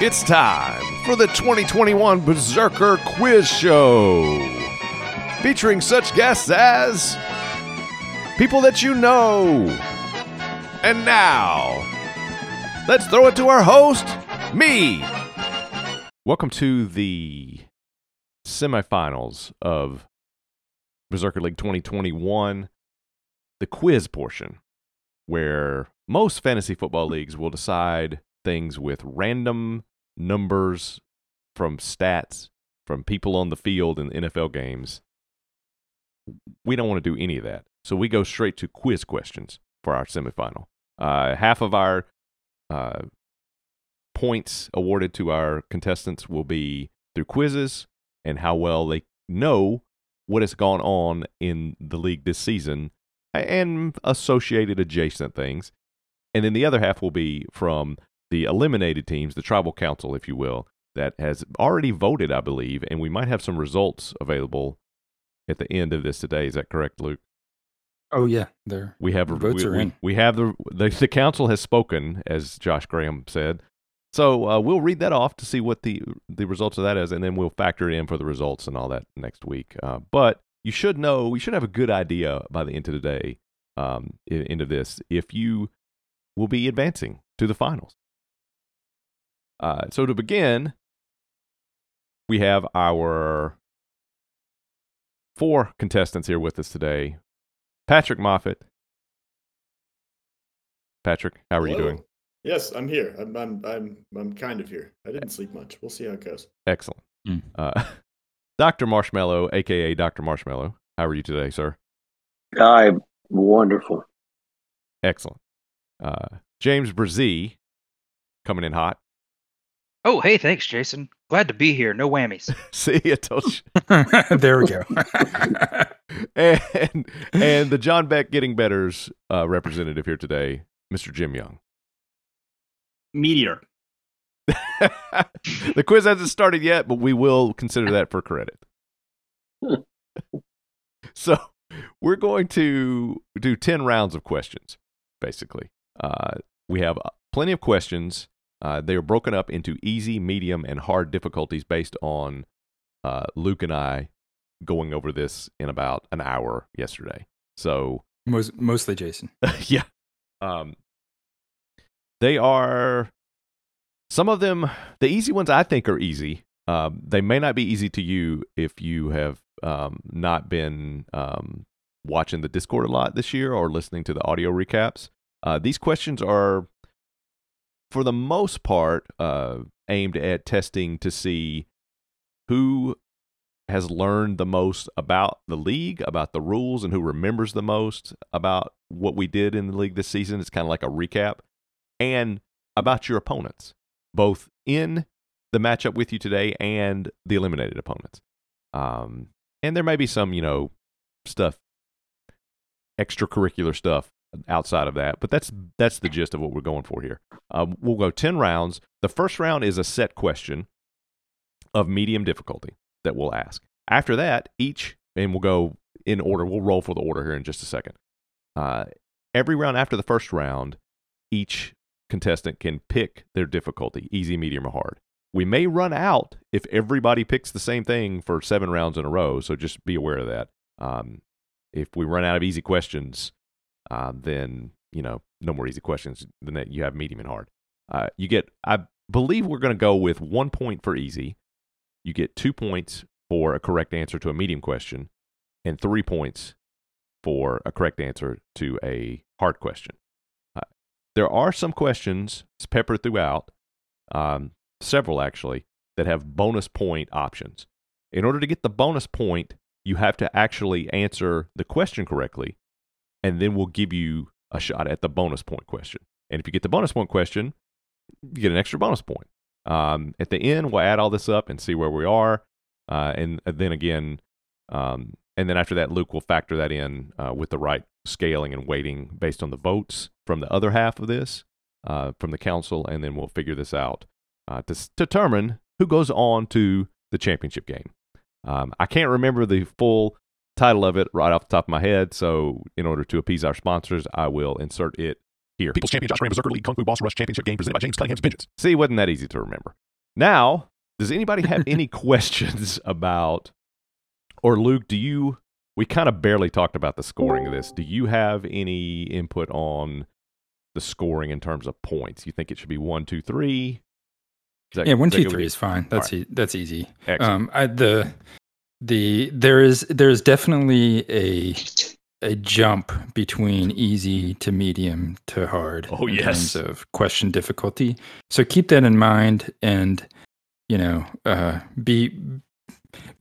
It's time for the 2021 Berserker Quiz Show, featuring such guests as people that you know. And now, let's throw it to our host, me. Welcome to the semifinals of Berserker League 2021, the quiz portion, where most fantasy football leagues will decide things with random numbers from stats from people on the field in NFL games. We don't want to do any of that. So we go straight to quiz questions for our semifinal. Uh, half of our uh, points awarded to our contestants will be through quizzes and how well they know what has gone on in the league this season and associated adjacent things. And then the other half will be from the eliminated teams, the tribal council, if you will, that has already voted, I believe, and we might have some results available at the end of this today. Is that correct, Luke? Oh yeah, there. We have The votes we, are we- in. we have the, the the council has spoken, as Josh Graham said. So uh, we'll read that off to see what the the results of that is, and then we'll factor it in for the results and all that next week. Uh, but you should know, we should have a good idea by the end of today, um, i- end of this, if you will be advancing to the finals. Uh, so to begin, we have our four contestants here with us today. Patrick Moffitt. Patrick, how are you Hello. doing? Yes, I'm here. I'm I'm I'm I'm kind of here. I didn't sleep much. We'll see how it goes. Excellent. Mm. Uh, Dr. Marshmallow, aka Dr. Marshmallow. How are you today, sir? I wonderful. Excellent. Uh, James Brzee coming in hot. Oh, hey, thanks, Jason. Glad to be here. No whammies. See, I told you. there we go. and and the John Beck Getting Better's uh, representative here today, Mr. Jim Young. Meteor. the quiz hasn't started yet, but we will consider that for credit. so we're going to do 10 rounds of questions, basically. Uh, we have uh, plenty of questions. Uh, they are broken up into easy, medium, and hard difficulties based on uh, Luke and I going over this in about an hour yesterday. So Most, mostly Jason. yeah. Um, they are some of them. The easy ones I think are easy. Um, they may not be easy to you if you have um, not been um, watching the Discord a lot this year or listening to the audio recaps. Uh, these questions are, for the most part, uh, aimed at testing to see who has learned the most about the league, about the rules, and who remembers the most about what we did in the league this season. It's kind of like a recap and about your opponents, both in the matchup with you today and the eliminated opponents. Um, and there may be some, you know, stuff, extracurricular stuff outside of that, but that's that's the gist of what we're going for here. Um, we'll go ten rounds. The first round is a set question of medium difficulty that we'll ask. After that, each and we'll go in order. We'll roll for the order here in just a second. Uh, every round after the first round, each contestant can pick their difficulty easy, medium, or hard. We may run out if everybody picks the same thing for seven rounds in a row, so just be aware of that. Um, if we run out of easy questions, uh, then you know no more easy questions. Then that you have medium and hard. Uh, you get, I believe, we're going to go with one point for easy. You get two points for a correct answer to a medium question, and three points for a correct answer to a hard question. Uh, there are some questions peppered throughout, um, several actually, that have bonus point options. In order to get the bonus point, you have to actually answer the question correctly, and then we'll give you a shot at the bonus point question. And if you get the bonus point question, you get an extra bonus point. Um, at the end, we'll add all this up and see where we are. Uh, and then again, um, and then after that, Luke will factor that in uh, with the right scaling and weighting based on the votes from the other half of this, uh, from the council, and then we'll figure this out uh, to s- determine who goes on to the championship game. Um, I can't remember the full title of it right off the top of my head, so in order to appease our sponsors, I will insert it here. People's Champion Josh Graham Berserker League Kung Fu Boss Rush Championship game presented by James Cunningham's Vengeance. See, it wasn't that easy to remember. Now, does anybody have any questions about, or Luke, do you, we kind of barely talked about the scoring of this. Do you have any input on the scoring in terms of points? You think it should be one, two, three? Is that- yeah, one, is that two, good with three you? is fine. That's e- that's easy. Excellent. Um, I, the the there is there is definitely a a jump between easy to medium to hard. Oh, in yes. terms of question difficulty. So keep that in mind, and you know, uh, be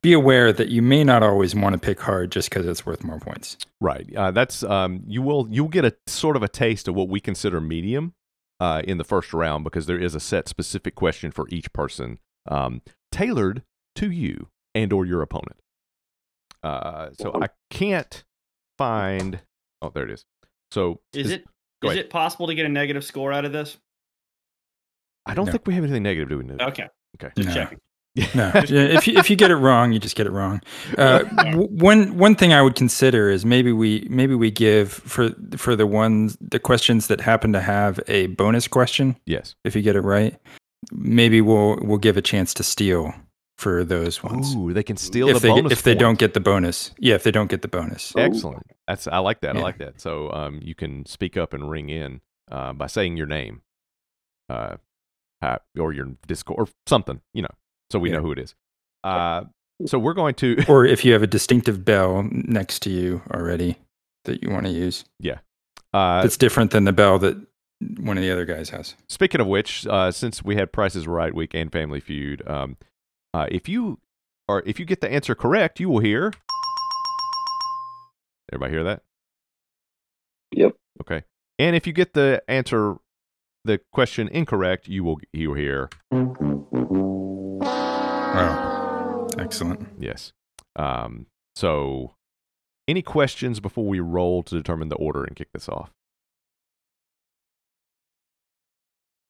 be aware that you may not always want to pick hard just because it's worth more points. Right. Uh, that's um, you will you'll get a sort of a taste of what we consider medium uh, in the first round because there is a set specific question for each person um, tailored to you and or your opponent. Uh, so I can't find. Oh, there it is. So Is it go is ahead. it possible to get a negative score out of this? I don't No. think we have anything negative, do we? Nick? Okay. Okay. Just No. checking. No, Yeah, if you, if you get it wrong, you just get it wrong. Uh, w- one one thing I would consider is maybe we maybe we give for for the ones the questions that happen to have a bonus question. Yes. If you get it right, maybe we'll we'll give a chance to steal for those ones. Ooh, they can steal if the they bonus if they points. don't get the bonus, yeah, if they don't get the bonus, Oh. Excellent. That's I like that. I Yeah. like that. So um, you can speak up and ring in uh, by saying your name, uh, hi- or your Discord or something. You know, so we Yeah. know who it is. Uh, so we're going to or if you have a distinctive bell next to you already that you want to use, uh, that's different than the bell that one of the other guys has. Speaking of which, uh, since we had Prices Right week and Family Feud, um, uh, if you or if you get the answer correct, you will hear. Everybody hear that? Yep. Okay. And if you get the answer, the question incorrect, you will you will hear Wow, excellent. yes. Um, so, any questions before we roll to determine the order and kick this off?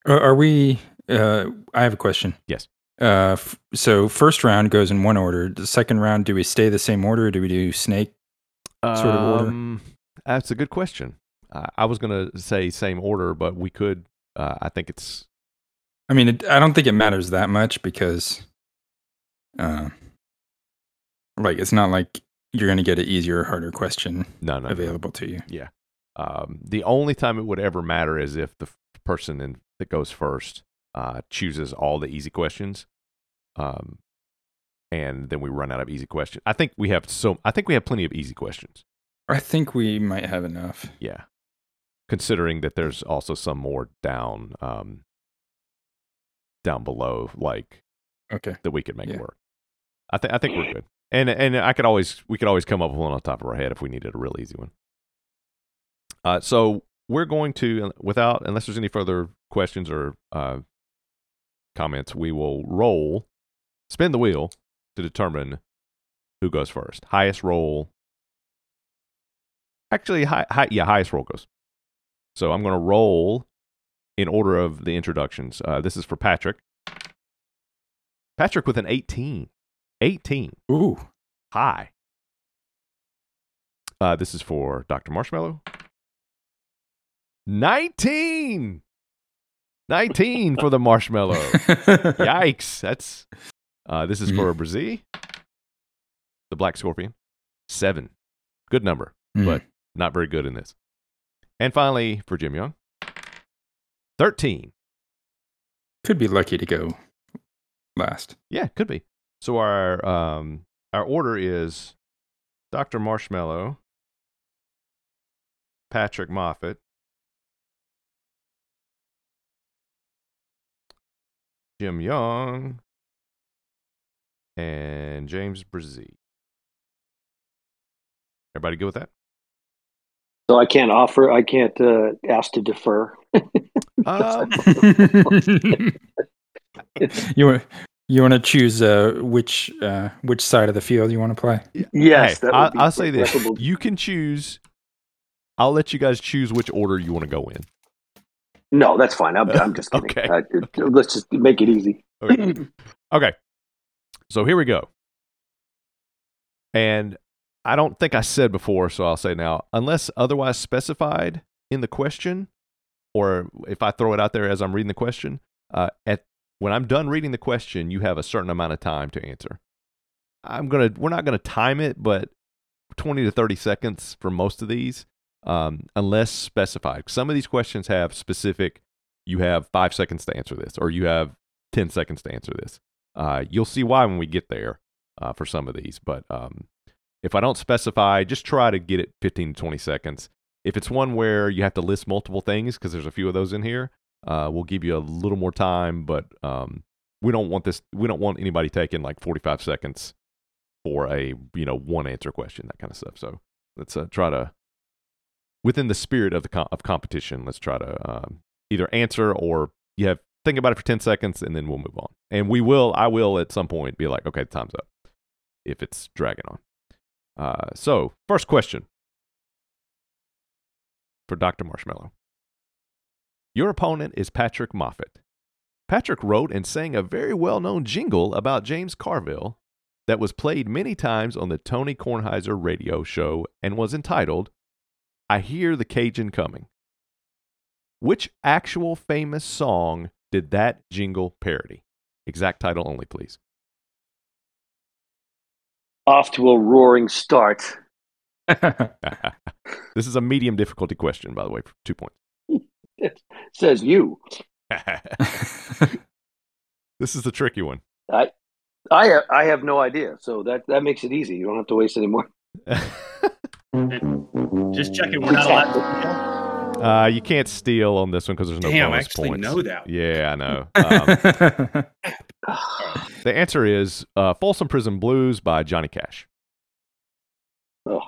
Are, are we? Uh, I have a question. Yes. Uh, f- so first round goes in one order. The second round, do we stay the same order? do we do snake? sort of order? Um, That's a good question. I, I was going to say same order, but we could. Uh, I think it's I mean, it, I don't think it matters that much because, uh, like it's not like you're gonna get an easier or harder question no, no. no. available to you. Um, the only time it would ever matter is if the f- person in, that goes first uh, chooses all the easy questions, um, and then we run out of easy questions. I think we have so. I think we have plenty of easy questions. I think we might have enough. Yeah, considering that there's also some more down, um, down below, like Okay. that we could make Yeah. work. I think I think we're good, and and I could always we could always come up with one on top of our head if we needed a real easy one. Uh, so we're going to without unless there's any further questions or uh, comments, we will roll, spin the wheel to determine who goes first. Highest roll. Actually, high, high, yeah, highest roll goes. So I'm going to roll in order of the introductions. Uh, this is for Patrick. Patrick with an 18. 18. Ooh. High. Uh, this is for Dr. Marshmallow. 19. 19 for the marshmallow. Yikes. That's uh, this is for Brazil. The Black Scorpion. Seven. Good number. Mm. but- Not very good in this. And finally, for Jim Young. Thirteen. could be lucky to go last. Yeah, could be. So our um our order is Dr. Marshmallow, Patrick Moffat, Jim Young, and James Brzee. Everybody good with that? So I can't offer. I can't uh, ask to defer. Um, you want you want to choose uh, which uh, which side of the field you want to play? Yes, hey, that would I, be I'll say this: preferable. you can choose. I'll let you guys choose which order you want to go in. No, that's fine. I'm, I'm just kidding. Okay. I, it- Let's just make it easy. Okay. okay. So here we go. And I don't think I said before, so I'll say now, unless otherwise specified in the question, or if I throw it out there as I'm reading the question, uh, at When I'm done reading the question, you have a certain amount of time to answer. I'm gonna we're not gonna time it, but 20 to 30 seconds for most of these, um, unless specified. Some of these questions have specific. You have five seconds to answer this, or you have 10 seconds to answer this. Uh, you'll see why when we get there uh, for some of these. But um, if I don't specify, just try to get it 15 to 20 seconds. If it's one where you have to list multiple things, because there's a few of those in here, uh, we'll give you a little more time. But um, we don't want this. We don't want anybody taking like 45 seconds for a you know one answer question, that kind of stuff. So let's uh, try to within the spirit of the com- of competition. Let's try to um, either answer or you have think about it for 10 seconds and then we'll move on. And we will, I will at some point be like, okay, time's up if it's dragging on. Uh, so, first question for Dr. Marshmallow. Your opponent is Patrick Moffat. Patrick wrote and sang a very well known jingle about James Carville that was played many times on the Tony Kornheiser radio show and was entitled, I Hear the Cajun Coming. Which actual famous song did that jingle parody? Exact title only, please. Off to a roaring start. this is a medium difficulty question, by the way, for two points. Says you. Um, this is the tricky one. I ha- I have no idea. So that that makes it easy. You don't have to waste any more. Just checking we're not allowed to uh, you can't steal on this one because there's no Damn, I bonus actually points. know that. Yeah, I know. Um, the answer is uh, Folsom Prison Blues by Johnny Cash. Oh,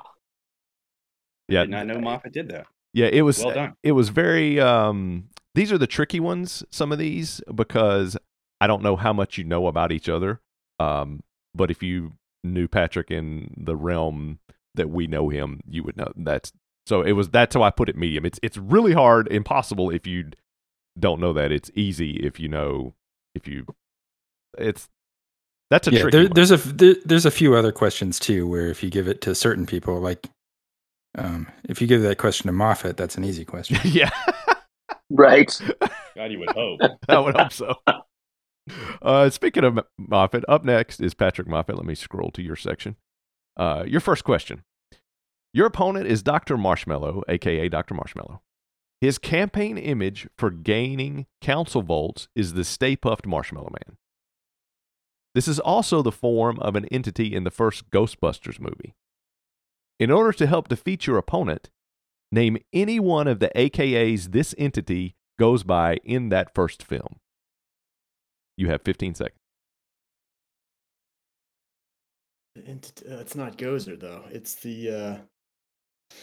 Yeah, Did not know Moffat did that. Yeah, it was Well done. it was very um these are the tricky ones, some of these, because I don't know how much you know about each other. Um, but if you knew Patrick in the realm that we know him, you would know that's so it was that's how I put it medium. It's it's really hard, impossible if you don't know that. It's easy if you know if you it's that's a yeah, tricky there, one. there's a f- there, there's a few other questions too where if you give it to certain people, like um, if you give that question to Moffat, that's an easy question. yeah. right. God, you would hope. I would hope so. Uh, speaking of M- Moffat, up next is Patrick Moffat. Let me scroll to your section. Uh, your first question. Your opponent is Dr. Marshmallow, aka Dr. Marshmallow. His campaign image for gaining council votes is the Stay Puffed Marshmallow Man. This is also the form of an entity in the first Ghostbusters movie. In order to help defeat your opponent, Name any one of the AKAs this entity goes by in that first film. You have 15 seconds. And, uh, it's not Gozer though. It's the. Uh...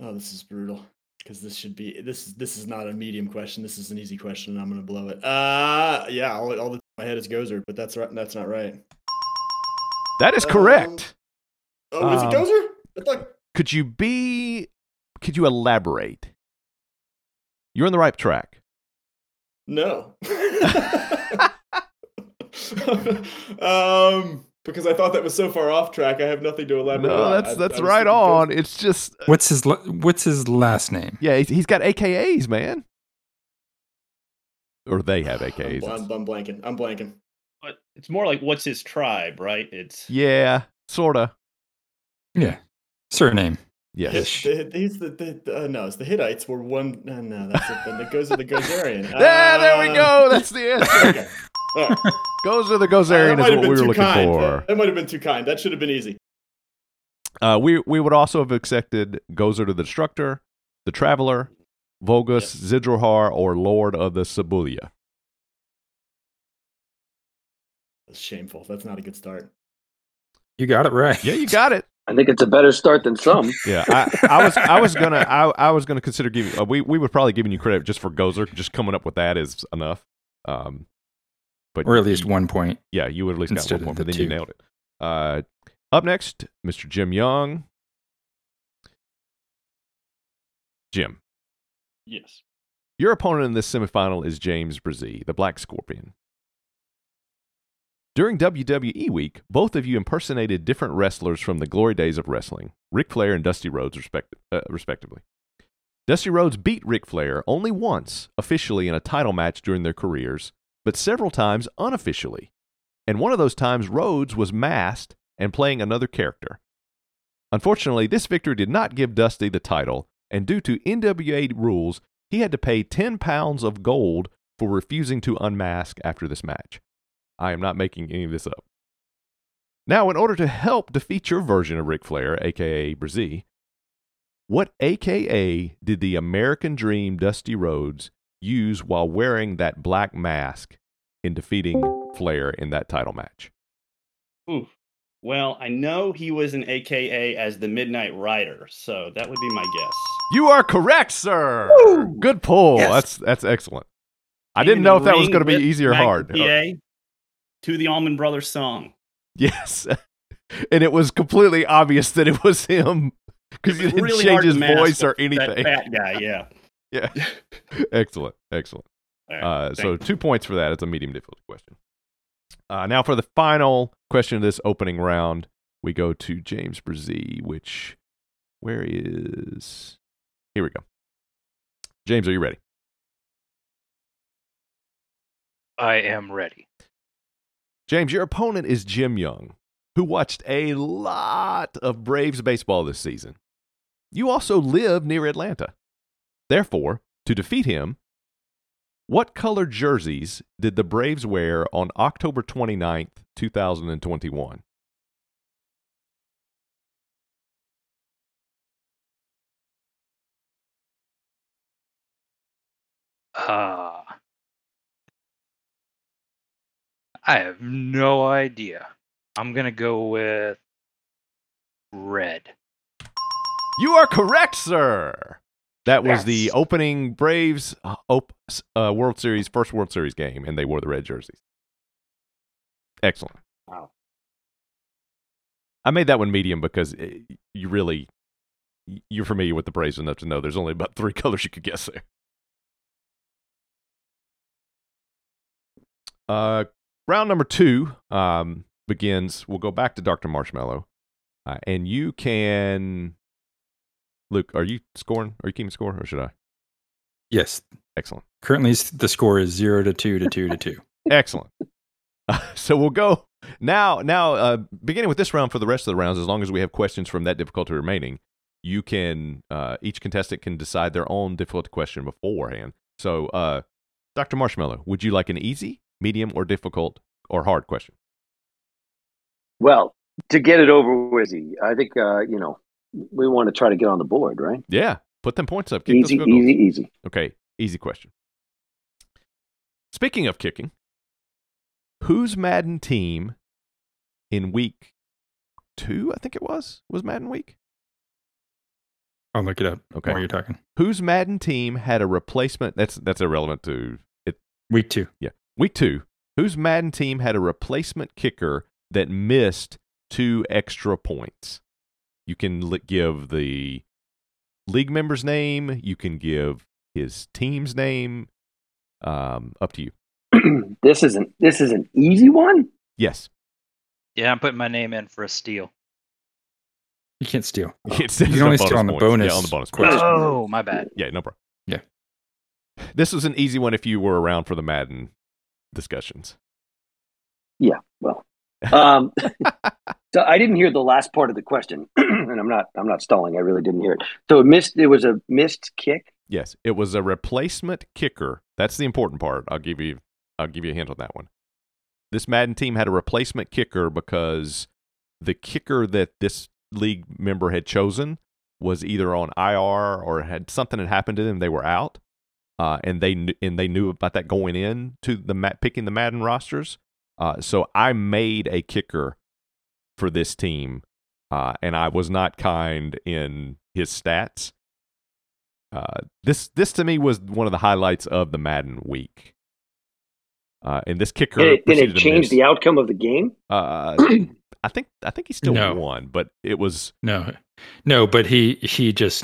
Oh, this is brutal. Because this should be this is this is not a medium question. This is an easy question, and I'm gonna blow it. Uh yeah, all, all the my head is Gozer, but that's right. That's not right. That is Um, correct. Oh, is it Um, Gozer? I thought Could you be could you elaborate? You're on the right track. No. um, because I thought that was so far off track. I have nothing to elaborate. No, on. that's I- I that's was right thinking on. It's just What's his la- What's his last name? yeah, he's, he's got AKAs, man. Or they have Gozer. I'm, AKAs. bl- I'm, I'm blanking. I'm blanking. But it's more like what's his tribe, right? It's Yeah, sorta. Yeah, surname. Yes. Ish. The, these the, the, the- uh, no, it's the Hittites were one. No, no that's it. Then it goes to the Gozerian. Yeah, there we Uh, go. That's the answer. okay. All right. Goes to the that Gozerian is might have what we been were too looking kind. for. That, that might have been too kind. That should have been easy. Uh, we we would also have accepted Gozer to the Destructor, the Traveler, Vogus Zidrohar, or Lord of the Sibulia. That's shameful. That's not a good start. You got it right. Yeah, you got it. I think it's a better start than some. Yeah, I, I was I was gonna I, I was gonna consider giving uh, we we were probably giving you credit just for Gozer. Just coming up with that is enough. Um, but or at least one point. yeah, you would at least got Instead one of point, the but then you two. nailed it. Uh, up next, Mr. Jim Young. Jim, yes. Your opponent in this semifinal is James Brzee, the Black Scorpion. During WWE Week, both of you impersonated different wrestlers from the glory days of wrestling, Ric Flair and Dusty Rhodes, respect- uh, respectively. Dusty Rhodes beat Ric Flair only once officially in a title match during their careers, but several times unofficially. And one of those times, Rhodes was masked and playing another character. Unfortunately, this victory did not give Dusty the title, and due to NWA rules, he had to pay 10 pounds of gold for refusing to unmask after this match. I am not making any of this up. Now, in order to help defeat your version of Ric Flair, aka Brzee, what AKA did the American Dream Dusty Rhodes use while wearing that black mask in defeating Flair in that title match? Ooh. Well, I know he was an AKA as the Midnight Rider, so that would be my guess. You are correct, sir. Good pull. Yes. That's that's excellent. I Came didn't in know if the that was ring going to be with easy or Magnum hard. Uh, PA to the Allman Brothers song. yes. and it was completely obvious that it was him because he It's didn't really change hard to his mask voice or That anything. fat guy, yeah. Yeah. excellent. Excellent. All right, Uh, so thanks. two points for that. It's a medium difficulty question. Uh, now for the final question of this opening round, we go to James Brzee, which where is here we go. James, are you ready? I am ready. James, your opponent is Jim Young, who watched a lot of Braves baseball this season. You also live near Atlanta. Therefore, to defeat him, what color jerseys did the Braves wear on October 29th, 2021? Uh, I have no idea. I'm gonna go with red. You are correct, sir. That was the Yes. opening Braves uh, op- uh, World Series, first World Series game, and they wore the red jerseys. Excellent. Wow. I made that one medium because eh, you really you're familiar with the Braves enough to know there's only about three colors you could guess there. Uh, round number two um, begins. We'll go back to Doctor Marshmallow, uh, and you can. Luke, are you scoring? Are you keeping score, or should I? Yes. Excellent, Currently, s- the score is zero to two to two to two. excellent. Uh, so we'll go now. Now, uh, beginning with this round, for the rest of the rounds, as long as we have questions from that difficulty remaining, you can uh, each contestant can decide their own difficulty question beforehand. So, uh, Doctor Marshmallow, would you like an easy, medium, or difficult or hard question? Well, to get it over with, I think uh, you know we want to try to get on the board, right? Yeah, put them points up. Kick those Easy, field goals. easy, easy. Okay, easy question. Speaking of kicking, whose Madden team in week two, I think it was, was Madden week? I'll look it up Okay. while you're talking. Whose Madden team had a replacement? That's that's irrelevant to Week two. week two. Whose Madden team had a replacement kicker that missed two extra points? You can li- give the league member's name. You can give his team's name. Um, up to you. this isn't this is an easy one. Yes. Yeah, I'm putting my name in for a steal. You can't steal. It's, You can it's only bonus steal on the points. bonus Yeah, on the bonus question. points. Oh, my bad. Yeah, no problem. Yeah. This was an easy one if you were around for the Madden discussions. Um, so I didn't hear the last part of the question, and I'm not I'm not stalling. I really didn't hear it. So it missed. It was a missed kick. Yes, it was a replacement kicker. That's the important part. I'll give you I'll give you a hint on that one. This Madden team had a replacement kicker because the kicker that this league member had chosen was either on IR or had something had happened to them. They were out, uh, and they kn- and they knew about that going in to the Ma- picking the Madden rosters. Uh, so I made a kicker for this team, uh, and I was not kind in his stats. Uh, this this to me was one of the highlights of the Madden week. Uh, and this kicker Did it, did proceeded it to change miss. the outcome of the game? Uh, I think I think he still No. won, but it was No, no, but he he just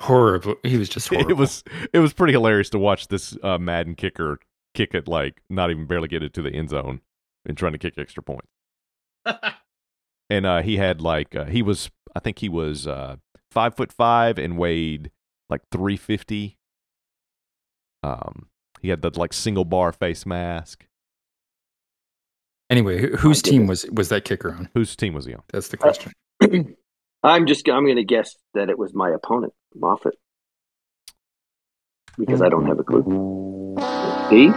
horrible. He was just horrible. it was it was pretty hilarious to watch this uh, Madden kicker kick it like not even barely get it to the end zone and trying to kick extra points. and uh, he had like uh, he was I think he was uh, five foot five and weighed like three fifty. Um, He had the like single bar face mask. Anyway, wh- whose team was was that kicker on? Whose team was he on? That's the question. I'm just I'm going to guess that it was my opponent, Moffat, because I don't have a clue. Hmm. See,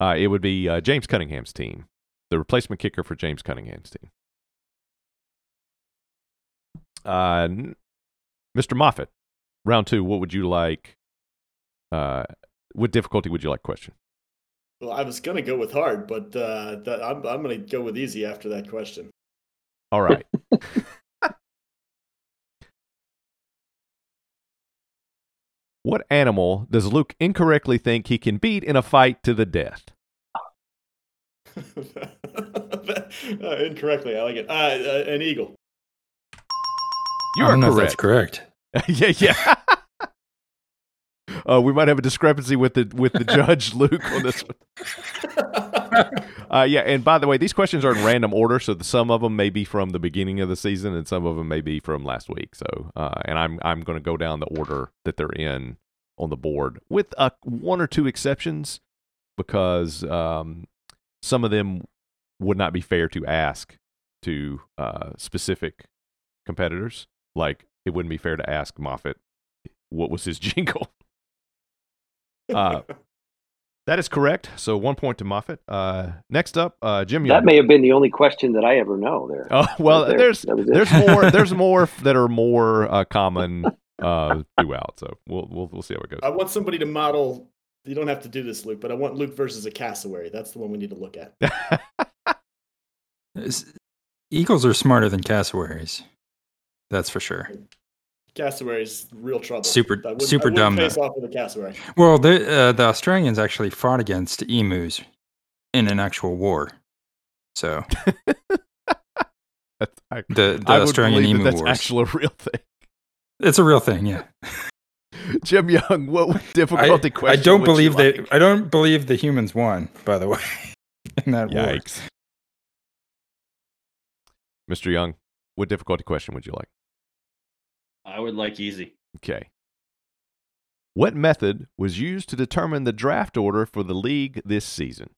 Uh, it would be uh, James Cunningham's team, the replacement kicker for James Cunningham's team. Uh, n- Mr. Moffat, round two. What would you like? Uh, what difficulty would you like? Question. Well, I was gonna go with hard, but uh, that, I'm I'm gonna go with easy after that question. All right. what animal does Luke incorrectly think he can beat in a fight to the death? Uh, incorrectly, I like it. Uh, uh, an eagle. You I are don't know if correct. that's correct. yeah, yeah. uh, we might have a discrepancy with the with the judge Luke on this one. Uh, yeah, and by the way, these questions are in random order, so the, some of them may be from the beginning of the season, and some of them may be from last week. So, uh, and I'm I'm going to go down the order that they're in on the board, with uh, one or two exceptions, because um, some of them would not be fair to ask to uh, specific competitors. Like it wouldn't be fair to ask Moffat what was his jingle. Uh, that is correct. So one point to Moffat. Uh, next up, uh, Jim. that Young. may have been the only question that I ever know. There, Oh well, Right there. there's That was it. there's more there's more f- that are more uh, common uh, throughout. So we'll we'll we'll see how it goes. I want somebody to model. You don't have to do this, Luke, but I want Luke versus a cassowary. That's the one we need to look at. Is- Eagles are smarter than cassowaries. That's for sure. Cassowary's real trouble. Super- I wouldn't- I super wouldn't dumb, Face though. off with a cassowary. Well, the uh, the Australians actually fought against emus in an actual war. So That's- I, the, the I would Australian believe emu that that's wars. actually a real thing. it's a real thing. Yeah. Jim Young, what I, difficulty I question? don't would you believe like? that. I don't believe the humans won. By the way, in that war. Yikes, Mr. Young, what difficulty question would you like? I would like easy. Okay. What method was used to determine the draft order for the league this season?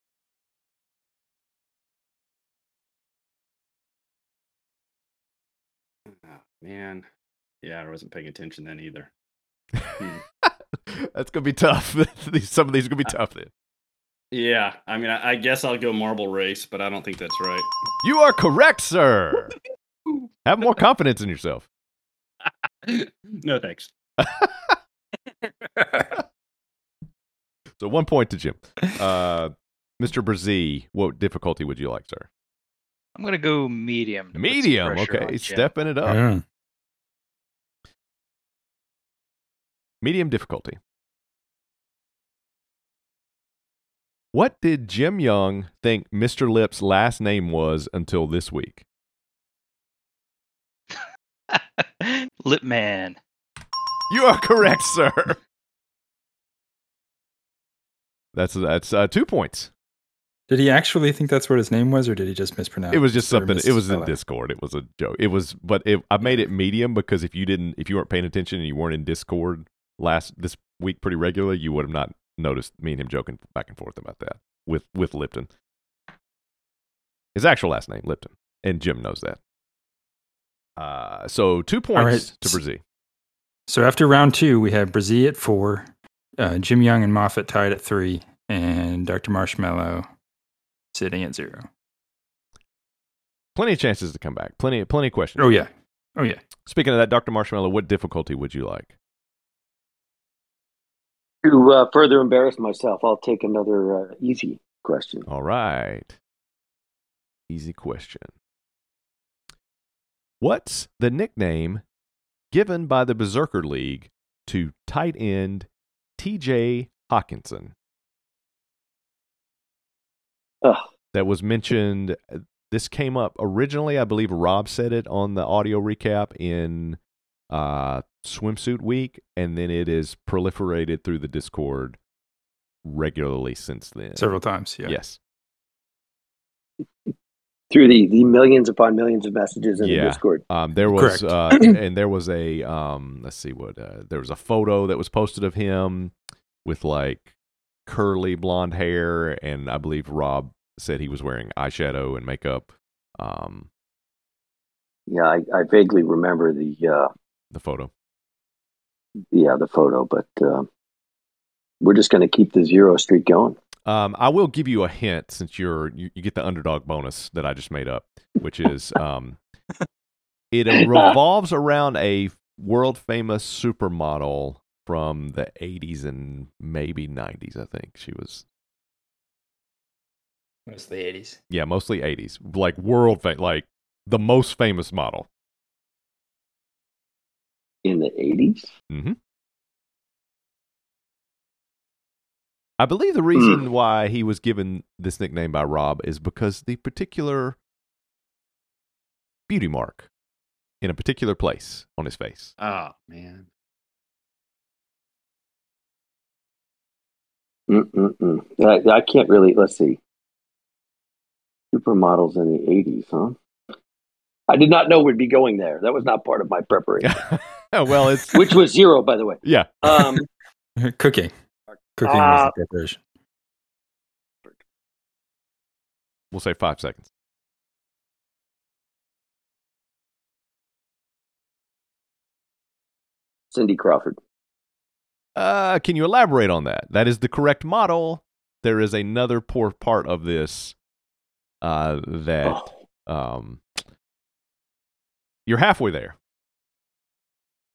Oh, man, yeah, I wasn't paying attention then either. Hmm. That's gonna be tough. These- Some of these are gonna be tough. Then Yeah, I mean, I, I guess I'll go marble race, but I don't think that's right. you are correct, sir. Have more confidence in yourself. no thanks. So one point to Jim. Uh, Mr. Brzee, what difficulty would you like, sir? I'm gonna go medium. to put some Medium. pressure on Okay, Jim. stepping it up. Yeah. Medium difficulty. What did Jim Young think Mr. Lip's last name was until this week? Lip man. You are correct, sir. That's that's uh, two points. Did he actually think that's what his name was, or did he just mispronounce? It was just or something. It was in misspell Discord. It was a joke. It was, but it, I made it medium because if you didn't, if you weren't paying attention and you weren't in Discord last this week pretty regularly, you would have not noticed me and him joking back and forth about that with with Lipton. His actual last name Lipton, and Jim knows that. Uh, so two points right. to Brazil. So after round two, we have Brazil at four, uh, Jim Young and Moffat tied at three, and Dr. Marshmallow sitting at zero. Plenty of chances to come back. Plenty, plenty of questions. Oh yeah, oh yeah. Speaking of that, Doctor Marshmallow, what difficulty would you like? to uh, further embarrass myself, I'll take another uh, easy question. All right. Easy question. What's the nickname given by the Berserker League to tight end TJ Hawkinson? Ugh. That was mentioned. uh, This came up originally, I believe Rob said it on the audio recap in uh, Swimsuit Week, and then it is proliferated through the Discord regularly since then. Several times. Yeah. Yes. Through the, the millions upon millions of messages in Yeah. the Discord. Um, there was Correct. uh, and there was a um, let's see what uh, there was a photo that was posted of him with like curly blonde hair, and I believe Rob said he was wearing eyeshadow and makeup. Um, Yeah, I, I vaguely remember the uh, the photo. yeah the photo, but um we're just going to keep the zero streak going. Um, I will give you a hint since you're you, you get the underdog bonus that I just made up, which is um, it revolves around a world famous supermodel from the 80s and maybe 90s. I think she was It's the 80s. yeah, mostly 80s, like world fa- like the most famous model. In the eighties, I believe the Hmm. reason why he was given this nickname by Rob is because the particular beauty mark in a particular place on his face. Oh man. I, I can't really. Let's see, supermodels in the eighties, huh? I did not know we'd be going there. That was not part of my preparation, well, it's which was zero, by the way. yeah. Um, Cooking. Cooking Uh, was the preparation. We'll say 5 seconds. Cindy Crawford. Uh, can you elaborate on that? That is the correct model. There is another poor part of this uh, that Oh, um, you're halfway there.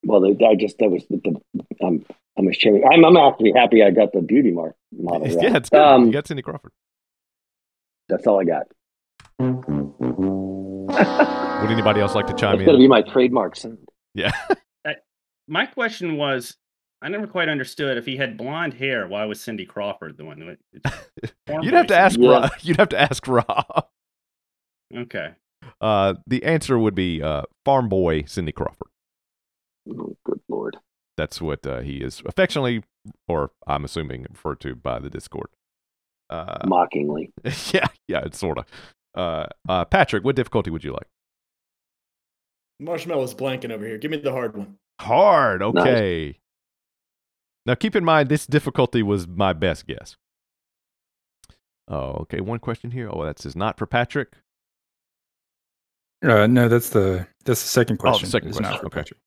well, they, I just that was the. the I'm I'm ashamed. I'm I'm actually happy I got the beauty mark model. right. yeah, it's good. Um, you got Cindy Crawford. That's all I got. Would anybody else like to chime That's gonna be in? my trademark sound. Yeah. My question was, I never quite understood if he had blonde hair. Why was Cindy Crawford the one? That, it's You'd have to ask. Yeah. Rob. You'd have to ask Rob. Okay. Uh, the answer would be uh, farm boy Cindy Crawford. Oh, good lord. That's what uh, he is affectionately, or I'm assuming, referred to by the Discord. Uh, Mockingly. yeah, yeah, it's sort of. Uh, uh, Patrick, what difficulty would you like? Marshmallow's blanking over here. Give me the hard one. Hard. Okay. Now keep in mind this difficulty was my best guess. Oh, okay. One question here. Oh, that's is not for Patrick. Uh, no, that's the that's the second Oh, the question. second It's not question. for Okay. Patrick.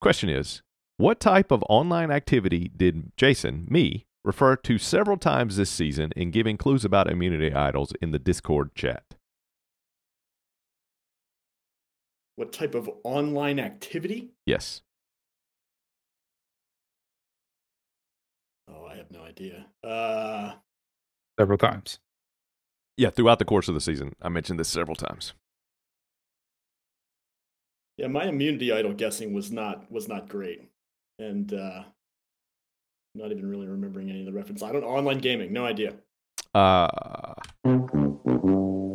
Question is, what type of online activity did Jason, me, refer to several times this season in giving clues about immunity idols in the Discord chat? What type of online activity? Yes. Oh, I have no idea. Uh, Several times. Yeah, throughout the course of the season, I mentioned this several times. yeah, my immunity idol guessing was not was not great, and uh, not even really remembering any of the reference. I don't online gaming. No idea. Uh,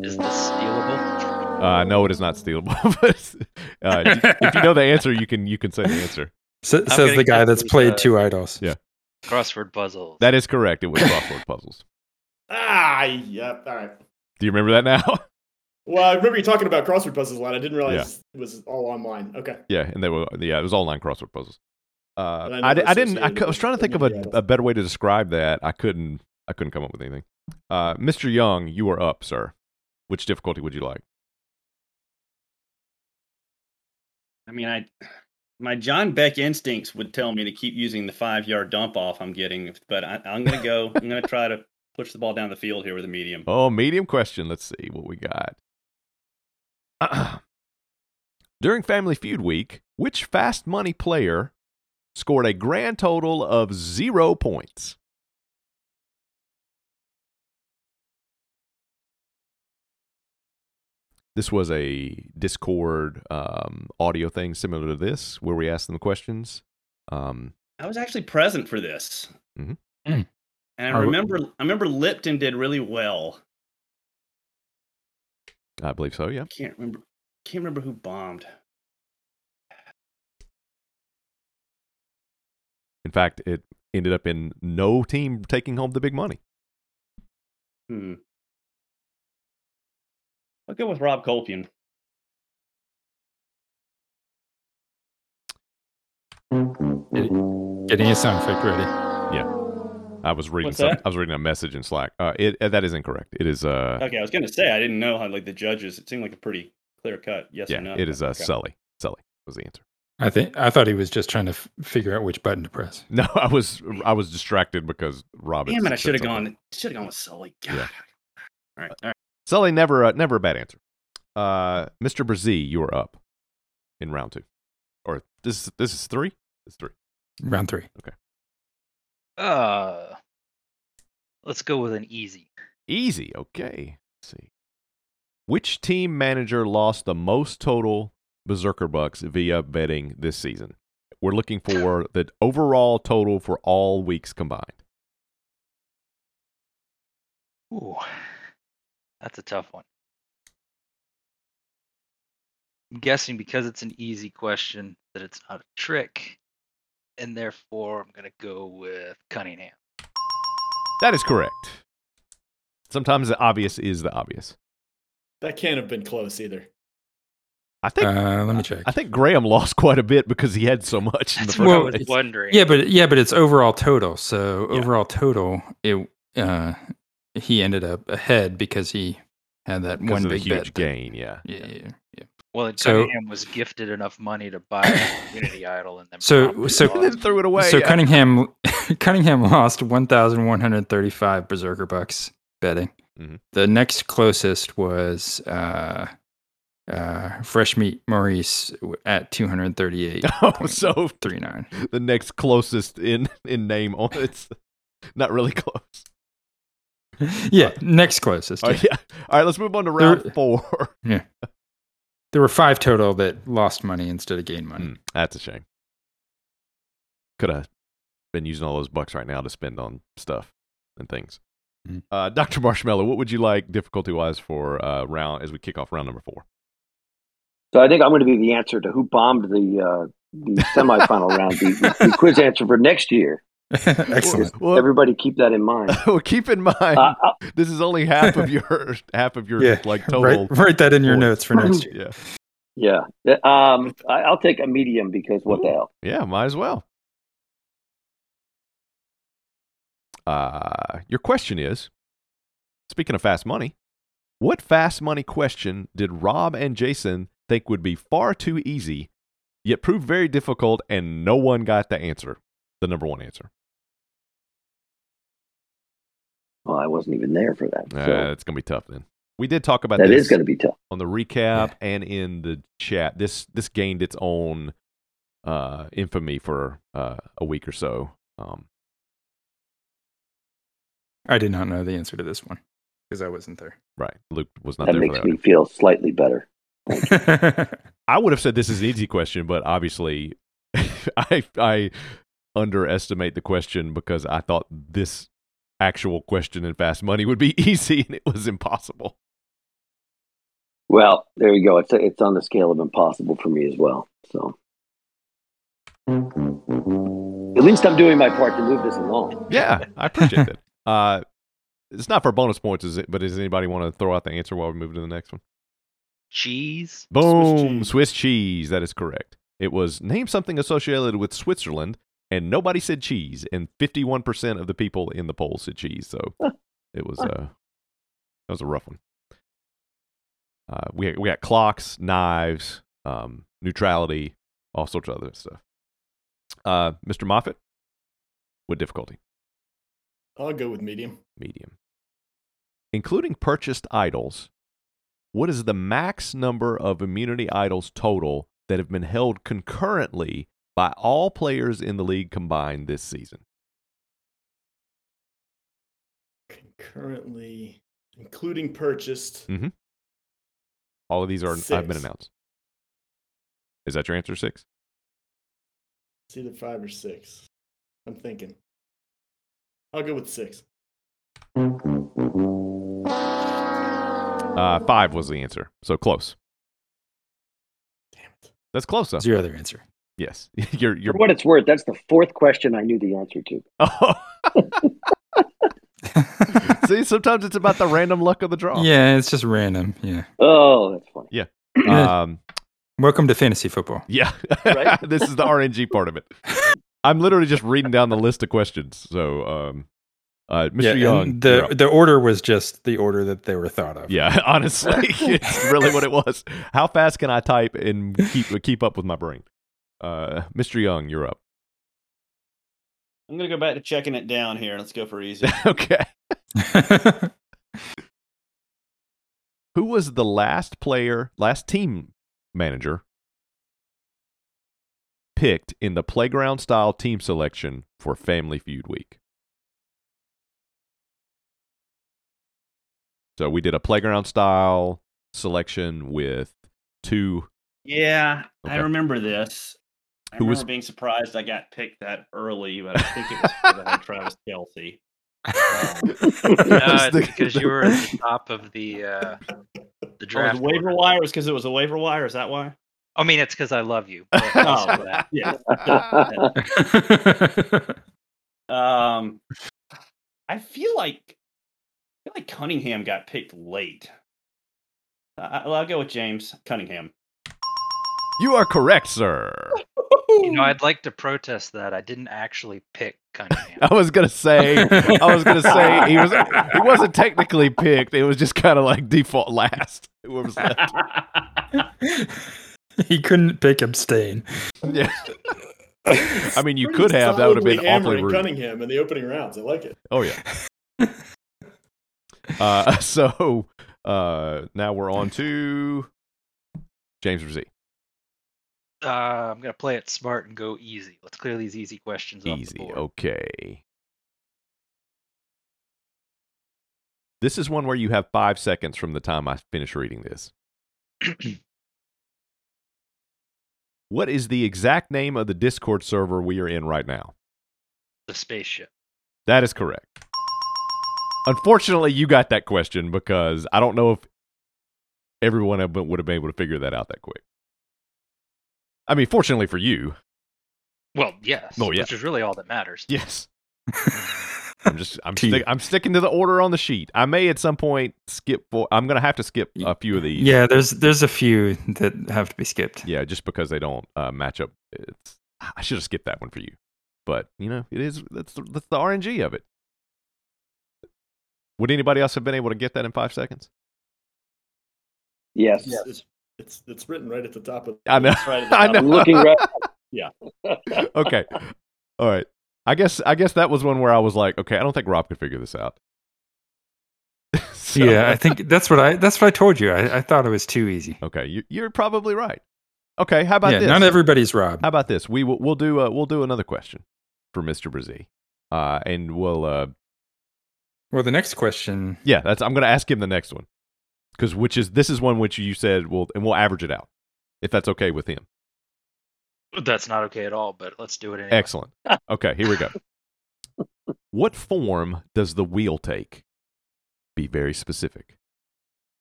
Is this stealable? uh no, it is not stealable. but uh, if you know the answer, you can you can say the answer. S- says gonna the guy guess that's it's, played uh, two idols. Yeah. Crossword puzzles. That is correct. It was crossword puzzles. Ah, yep. All right. Do you remember that now? Well, I remember you talking about crossword puzzles a lot. I didn't realize it was all online. Okay. yeah, and they were yeah, it was online crossword puzzles. Uh, But I I, di- never I didn't. I, associated cou- I was with trying to think of a, immunity a better way to describe that. I couldn't. I couldn't come up with anything. Uh, Mr. Young, you are up, sir. Which difficulty would you like? I mean, I my John Beck instincts would tell me to keep using the five yard dump off I'm getting, but I, I'm going to go. I'm going to try to push the ball down the field here with a medium. Oh, medium question. Let's see what we got. During Family Feud week, which Fast Money player scored a grand total of zero points? This was a Discord um, audio thing similar to this, where we asked them questions. Um, I was actually present for this, Mhm. Mm. and I Are we- remember. I remember Lipton did really well. I believe so. Yeah. Can't remember. Can't remember who bombed. In fact, it ended up in no team taking home the big money. Hmm. I'll go with Rob Colpian. Getting a sound effect ready. I was reading What's some, that? I was reading a message in Slack. Uh, it uh, that is incorrect. It is uh Okay, I was gonna say I didn't know how like the judges. It seemed like a pretty clear cut. Yes yeah, or no. it is uh, Okay. Sully. Sully was the answer. I think I thought he was just trying to f- figure out which button to press. No, I was I was distracted because Robin. Damn it! I said should have something. gone. Should have gone with Sully. God. Yeah. Uh, All right. All right. Sully never uh, never a bad answer. Uh, Mr. Brzee, you're up in round two, or this this is three. It's three. Round three. Uh, let's go with an easy. Easy. Okay. Let's see. Which team manager lost the most total Berserker Bucks via betting this season? We're looking for the overall total for all weeks combined. Ooh, that's a tough one. I'm guessing because it's an easy question that it's not a trick, and therefore I'm gonna go with Cunningham. That is correct. Sometimes the obvious is the obvious. That can't have been close either. I think uh, let me check. I think Graham lost quite a bit because he had so much in the That's first what I Well, was place. wondering. yeah, but yeah, but it's overall total. So Yeah. overall total, it uh, he ended up ahead because he had that Because one of the big huge bet. gain, yeah. Yeah, yeah, yeah. well, and so- Cunningham was gifted enough money to buy a community idol, and then So- promptly so- And then lost. threw it away. so yeah. Cunningham Cunningham lost 1135 berserker bucks betting. Mhm. The next closest was uh, uh, fresh meat Maurice w- at 238. Oh, so Three nine. the next closest in in name on it's not really close. Yeah, next closest. All yeah. right, Oh, yeah. All right, let's move on to round There- four. There were five total that lost money instead of gained money. Hmm, that's a shame. Could have been using all those bucks right now to spend on stuff and things. Mm. Uh, Dr. Marshmallow, what would you like difficulty wise for uh, round as we kick off round number four? So I think I'm going to be the answer to who bombed the uh, the semifinal round, the, the quiz answer for next Hmm. year. Excellent. Well, Everybody keep that in mind. well, keep in mind Uh, uh, this is only half of your half of your Yeah, like total. Write, write that in your Four. notes for next year. Yeah, yeah, um, I, I'll take a medium because what the hell? yeah, might as well. Uh, your question is speaking of fast money, what fast money question did Rob and Jason think would be far too easy, yet proved very difficult, and no one got the answer? The number one answer. Well, I wasn't even there for that, so Uh, it's going to be tough then. We did talk about that this is going to be tough. on the recap and in the chat. This this gained its own uh, infamy for uh, a week or so. Um, I did not know the answer to this one because I wasn't there. right, Luke was not That there for makes that. me feel slightly better. I would have said this is an easy question, but obviously, I I underestimate the question because I thought this actual question in Fast Money would be easy, and it was impossible. Well, there you go. It's it's on the scale of impossible for me as well. So at least I'm doing my part to move this along. Yeah, I appreciate that. Uh, it's not for bonus points, is it? But does anybody want to throw out the answer while we move to the next one? cheese. Boom, Swiss cheese. cheese. That is correct. It was name something associated with Switzerland, and nobody said cheese, and fifty-one percent of the people in the poll said cheese. So it was uh, that was a rough one. Uh, we we got clocks, knives, um, neutrality, all sorts of other stuff. Uh, Mr. Moffat, what difficulty? I'll go with medium. medium. Including purchased idols, what is the max number of immunity idols total that have been held concurrently by all players in the league combined this season? Concurrently, including purchased. Mm. All of these are i have been Six. announced. Is that your answer six? It's either five or six. I'm thinking. I'll go with six. Uh, five was the answer. So close. Damn it. That's close though. What's your other answer? Yes. you're For you're what it's worth, that's the fourth question I knew the answer to. oh, see, sometimes it's about the random luck of the draw. yeah, it's just random. Yeah. Oh, that's funny. Um, Uh, Welcome to fantasy football. yeah. Right? this is the RNG part of it. I'm literally just reading down the list of questions. So, um, uh, Mr. Yeah, and Young, the you're up. the order was just the order that they were thought of. yeah, honestly, it's really what it was. How fast can I type and keep keep up with my brain? Uh, Mr. Young, you're up. I'm gonna go back to checking it down here. Let's go for easy. okay. Yeah. Who was the last player, last team manager picked in the playground style team selection for Family Feud Week? So we did a playground style selection with two. Yeah, I Okay. remember this. I Who remember was- being surprised I got picked that early, but I think it was because I had Travis Oh, Kelsey. No, Just it's the- because you were at the top of the uh, the Oh, draft. was waiver order. wire was because it was a waiver wire. Is that why? I mean, it's because I love you. but Oh. also that. Yeah. I Um, I feel like I feel like Cunningham got picked late. I, I'll go with James Cunningham. You are correct, sir. You know, I'd like to protest that I didn't actually pick Cunningham. I was gonna say, I was gonna say he was he wasn't technically picked. It was just kind of like default last. Whoever's left. he couldn't pick abstain. Yeah. I mean, you Pretty could have. That would have solidly been awfully hammering rude. Cunningham in the opening rounds. I like it. Oh yeah. uh, so uh, now we're on to James Brzee. Uh, I'm gonna play it smart and go easy. Let's clear these easy questions off the Easy. oh. board. Okay. This is one where you have five seconds from the time I finish reading this. what is the exact name of the Discord server we are in right now? The spaceship. That is correct. Unfortunately, you got that question because I don't know if everyone have- would have been able to figure that out that quick. I mean, fortunately for you, Well, yes. Oh, yeah. Which is really all that matters. yes. I'm just I'm Teeth. stick I'm sticking to the order on the sheet. I may at some point skip. For, I'm gonna have to skip a few of these. Yeah, there's there's a few that have to be skipped. yeah, just because they don't uh, match up. It's I should have skipped that one for you, but you know it is that's the, that's the RNG of it. Would anybody else have been able to get that in five seconds? yes. It's, it's, it's, it's written right at the top of. I know. it's right at the I top know. of- I'm looking right. Yeah. okay. All right. I guess I guess that was one where I was like, okay, I don't think Rob could figure this out. So- Yeah, I think that's what I that's what I told you. I, I thought it was too easy. Okay, you, you're probably right. Okay, how about Yeah, this? not everybody's Rob. how about this? We will we'll do uh, we'll do another question for Mr. Brzee. Uh, and we'll uh, Well, the next question. yeah, that's I'm going to ask him the next one because which is this is one which you said will and we'll average it out if that's okay with him. That's not okay at all, but let's do it anyway. Excellent. Okay, here we go. what form does the wheel take? Be very specific.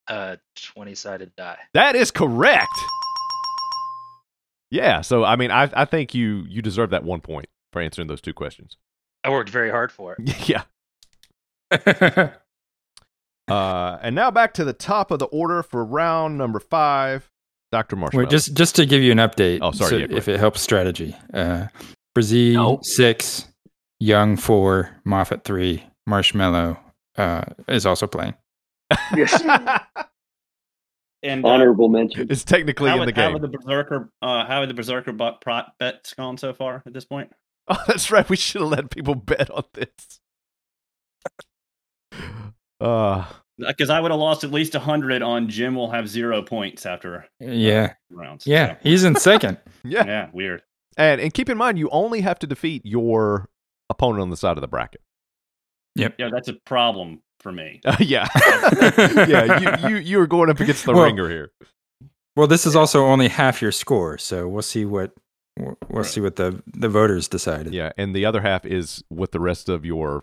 Uh, 20 sided die. That is correct. Yeah, so I mean, I I think you you deserve that one point for answering those two questions. I worked very hard for it. yeah. yeah, Uh, and now back to the top of the order for round number five, Doctor Marshall. Wait, just just to give you an update. Oh, sorry, so yeah, go if it helps strategy, uh, Brazil No. six, Young four, Moffat three, Marshmallow uh, is also playing. Yes. And uh, Honorable mention. it's technically how, in the would- how game. would the berserker? Uh, how would the berserker bot prop bets gone so far at this point? Oh, that's right. We should have let people bet on this. Uh, Because I would have lost at least hundred on Jim. Will have zero points after Yeah, rounds. yeah, he's in second. yeah. So, yeah. Weird. And and keep in mind, you only have to defeat your opponent on the side of the bracket. Yeah, that's a problem for me. Uh, yeah, yeah. You, you you are going up against the Well, ringer here. Well, this is also only half your score, so we'll see what we'll we'll Right. see what the the voters decided. Yeah, and the other half is what the rest of your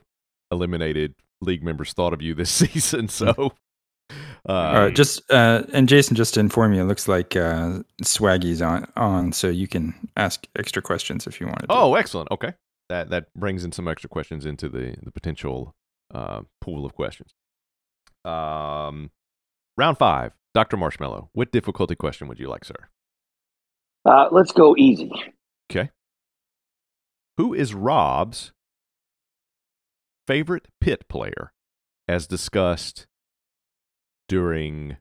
eliminated league members thought of you this season. So, uh, Mm. All right, just uh, and Jason, just to inform you, it looks like uh, Swaggy's on on, so you can ask extra questions if you wanted. to. oh, excellent. Okay, that that brings in some extra questions into the the potential uh, pool of questions. Um, round five, Doctor Marshmallow. What difficulty question would you like, sir? Uh, let's go easy. Okay. Who is Rob's favorite pit player as discussed during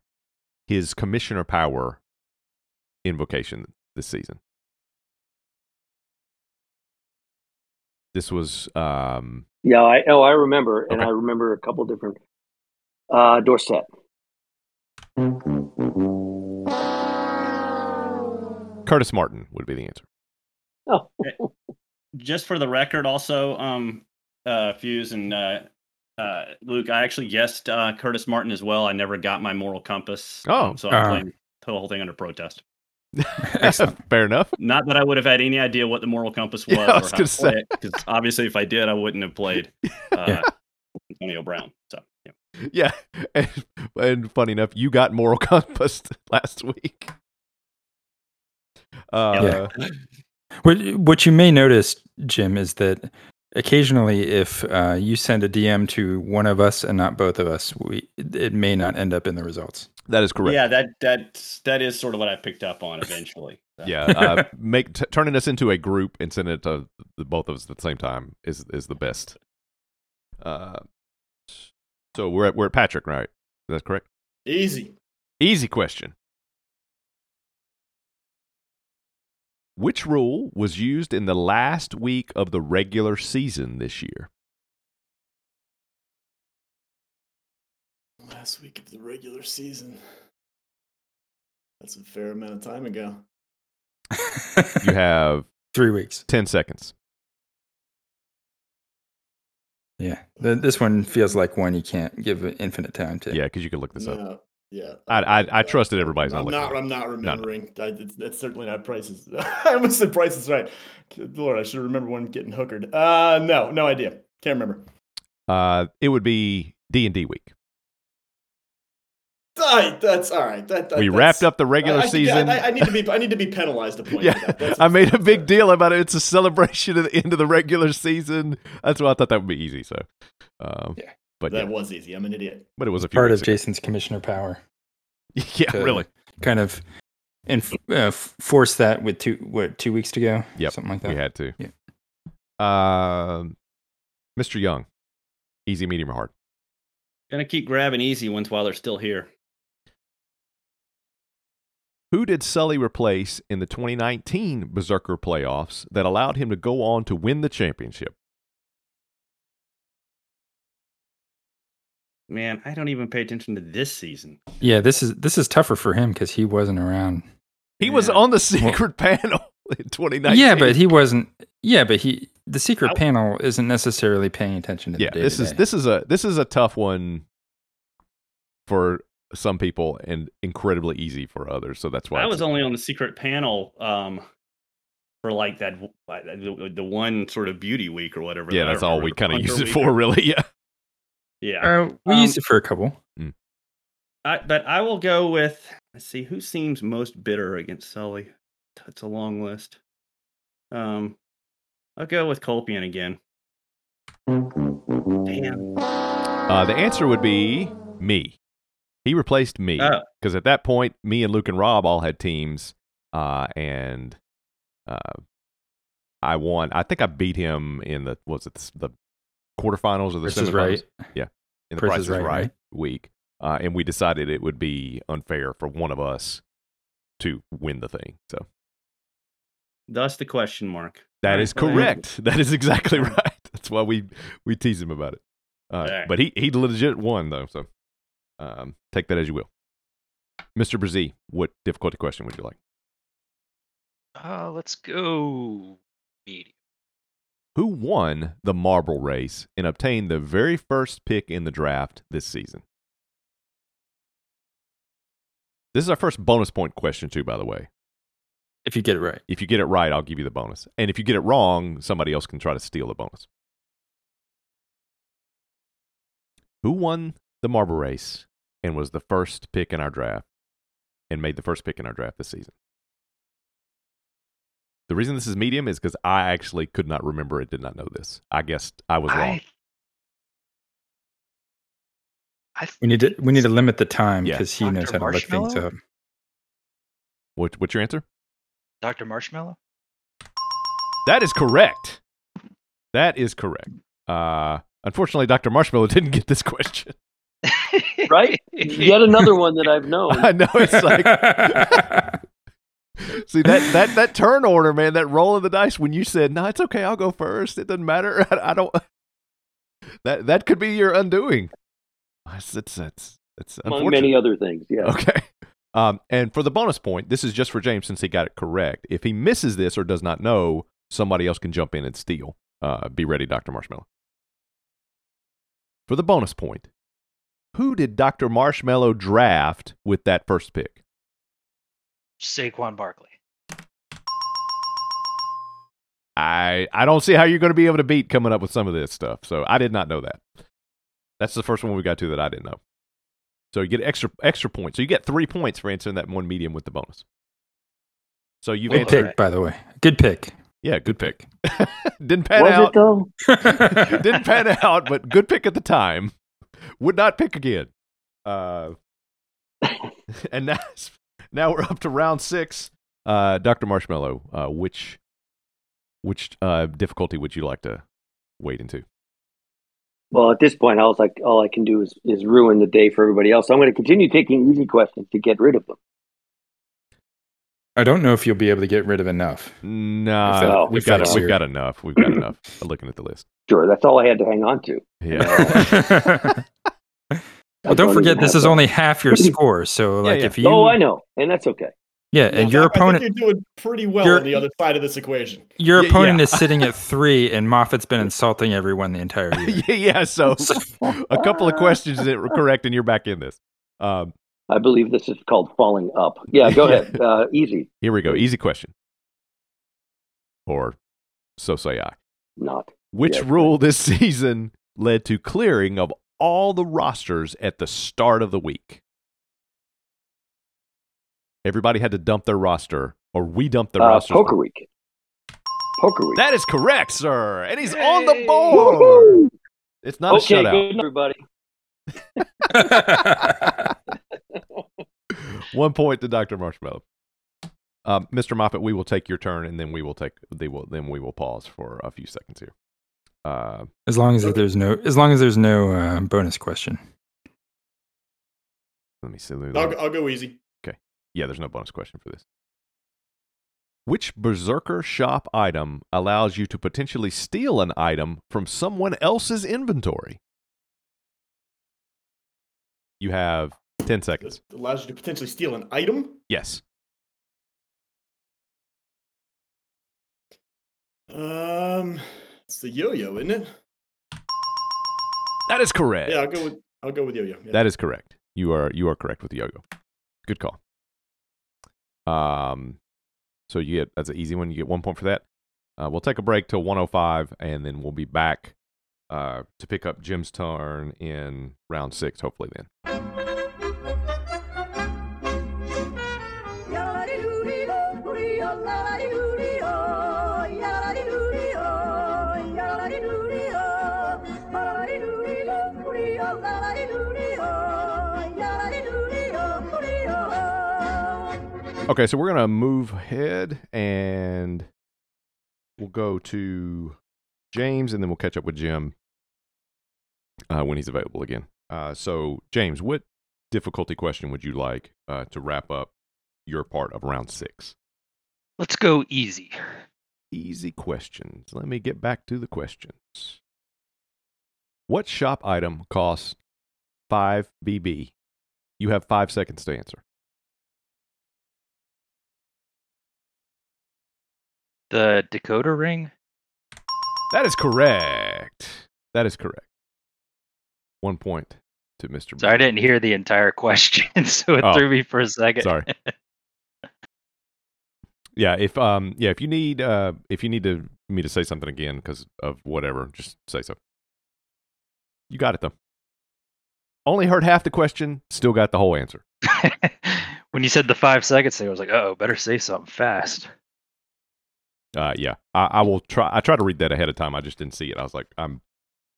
his commissioner power invocation this season? This was um Yeah, I oh I remember, and Okay. I remember a couple different. Uh, Dorset. Curtis Martin would be the answer. Oh, Just for the record, also, um, uh, Fuse and uh, uh, Luke, I actually guessed uh, Curtis Martin as well. I never got my moral compass. Oh. um, so I Ah. played the whole thing under protest. Excellent. Fair enough. Not that I would have had any idea what the moral compass was, Yeah, I was or how gonna to say. play it, because obviously, if I did, I wouldn't have played uh, Antonio Brown. So, yeah. Yeah, and, and funny enough, you got moral compass last week. Uh, What what you may notice, Jim, is that occasionally, if uh, you send a DM to one of us and not both of us, we it may not end up in the results. That is correct. yeah, that that's that is sort of what I picked up on eventually. So. yeah. Uh, make t- turning us into a group and sending it to the, both of us at the same time is is the best. Uh, so we're at we're at Patrick, right? That's correct. Easy. Easy question. Which rule was used in the last week of the regular season this year? Last week of the regular season. That's a fair amount of time ago. You have Three weeks. ten seconds. Yeah, Th- this one feels like one you can't give infinite time to. Yeah, because you could look this up. No, Yeah. I I, I trusted everybody's I'm not looking. not. at it. I'm not remembering. I, it's, that's certainly not prices. I almost said prices right. Good Lord, I should remember when getting hookered. Uh, no, no idea. Can't remember. Uh, it would be D and D week. All right, that's all right. That, that- we that's- wrapped up the I- regular I, think- yeah, season. I, I need to be. I need to be penalized a point. for that. yeah, That's- I made a that's big fair. deal about it. It's a celebration of the end of the regular season. That's why I thought that would be easy. So, um, Yeah. but That yeah, was easy. I'm an idiot. but it was a few part of weeks ago. Jason's commissioner power. yeah, to really. kind of and uh, f- force that with two what two weeks to go. Yep, something like that. We had to. Yeah. Um, Mr. Young, easy, medium, or hard. Gonna keep grabbing easy ones while they're still here. Who did Sully replace in the 2019 Berserker playoffs that allowed him to go on to win the championship? Man, I don't even pay attention to this season. Yeah, this is this is tougher for him because he wasn't around. He was Yeah. on the secret panel in 2019. Yeah, but he wasn't. Yeah, but he the secret I- panel isn't necessarily paying attention to. yeah, the this is day-to-day. this is a this is a tough one for some people and incredibly easy for others. So that's why I it's- was only on the secret panel um, for like that the, the one sort of beauty week or whatever. yeah, that I that's all we remember, kind of Hunter use it week for, or- really. Yeah, Yeah, Uh, we um, used it for a couple. I, but I will go with. Let's see who seems most bitter against Sully. That's a long list. Um, I'll go with Colpian again. Damn. uh, the answer would be me. He replaced me Oh. because at that point, me and Luke and Rob all had teams, uh, and uh, I won. I think I beat him in the was it the, the quarterfinals or the This is semifinals? right. in the Price Price is is Right, Right, right? week, uh, and we decided it would be unfair for one of us to win the thing. So Thus the question mark. that Alright, is well, correct. That is exactly right. That's why we we tease him about it. Uh, Alright. But he he legit won though. So um, take that as you will. Mr. Brzee, what difficulty question would you like? Uh, let's go. Medium. Who won the marble race and obtained the very first pick in the draft this season? This is our first bonus point question, too, by the way. If you get it right, If you get it right, I'll give you the bonus. And if you get it wrong, somebody else can try to steal the bonus. Who won the marble race and was the first pick in our draft and made the first pick in our draft this season? The reason this is medium is because I actually could not remember it, did not know this. I guessed I was wrong. I, I we need to we need to limit the time Yeah. because he knows how Dr. to look things Marshmallow? up. What, what's your answer? Dr. Marshmallow? That is correct. That is correct. Uh, unfortunately, Dr. Marshmallow didn't get this question. Right? Yet another one that I've known. I know it's like see that that that turn order, man. That roll of the dice when you said, "No, it's okay. I'll go first. It doesn't matter. I, I don't." That that could be your undoing. Ah, That's that's that's, that's Among unfortunate. many other things, yeah. Okay. Um, and for the bonus point, this is just for James since he got it correct. If he misses this or does not know, somebody else can jump in and steal. Uh, be ready, Dr. Marshmallow. For the bonus point, who did Dr. Marshmallow draft with that first pick? Saquon Barkley. I I don't see how you're going to be able to beat coming up with some of this stuff. So I did not know that. That's the first one we got to that I didn't know. So you get extra extra points. So you get three points for answering that one medium with the bonus. So you've Good answered. pick, by the way. Good pick. Yeah, good pick. didn't pan Was it out. though? didn't pan out, but good pick at the time. Would not pick again. Uh, and now, now we're up to round six. Uh, Doctor Marshmallow, uh, which which uh, difficulty would you like to wade into? Well, at this point, I was like, all I can do is, is ruin the day for everybody else. So I'm going to continue taking easy questions to get rid of them. I don't know if you'll be able to get rid of enough. Nah, If that- we've if got that's we've your- got enough. We've got enough. I'm looking at the list. Sure, that's all I had to hang on to. Yeah. well, don't forget this is only half your score. So, Yeah, like, yeah. if you, oh, I know, and that's okay. yeah, Well, and your Zach, I opponent, think you're doing pretty well Your- on the other side of this equation. your Yeah, opponent yeah. is sitting at three, and Moffat's been insulting everyone the entire year. yeah, yeah. So a couple of questions that were correct, and you're back in this. Um, I believe this is called falling up. Yeah, go ahead. Uh, easy, Here we go. Easy question. Or so say I. not. Which Yeah, it's rule this season led to clearing of all the rosters at the start of the week? Everybody had to dump their roster, or we dumped their Uh, roster. poker week. Poker week. That is correct, sir. And he's on the Yay. board. Woo-hoo! It's not okay, a shutout. good night, everybody. One point to Dr. Marshmallow. Um, Mr. Moffat, we will take your turn, and then we will take. They will. Then we will pause for a few seconds here. Uh, As long as there's no, as long as there's no uh, bonus question. Let me see. I'll, go- I'll go easy. Yeah, there's no bonus question for this. Which Berserker shop item allows you to potentially steal an item from someone else's inventory? You have 10 seconds. This allows you to potentially steal an item. Yes. Um, it's the yo-yo, isn't it? That is correct. Yeah, I'll go with I'll go with yo-yo. Yeah. That is correct. You are you are correct with the yo-yo. Good call. Um, so you get that's an easy one. You get one point for that. Uh, we'll take a break till 105, and then we'll be back uh, to pick up Jim's turn in round six. Hopefully, then. Okay, so we're gonna move ahead and we'll go to James, and then we'll catch up with Jim uh, when he's available again. Uh, so, James, what difficulty question would you like uh, to wrap up your part of round six? Let's go easy. Easy questions. Let me get back to the questions. What shop item costs five BB? You have five seconds to answer. The Dakota ring. That is correct. That is correct. One point to Mr. So I Blake. didn't hear the entire question, so it Oh, threw me for a second. sorry. Yeah, if um yeah, if you need uh if you need to me to say something again because of whatever, just say so. You got it though. Only heard half the question, still got the whole answer. when you said the five seconds thing, I was like, oh, better say something fast. Uh yeah. I, I will try I tried to read that ahead of time. I just didn't see it. I was like, I'm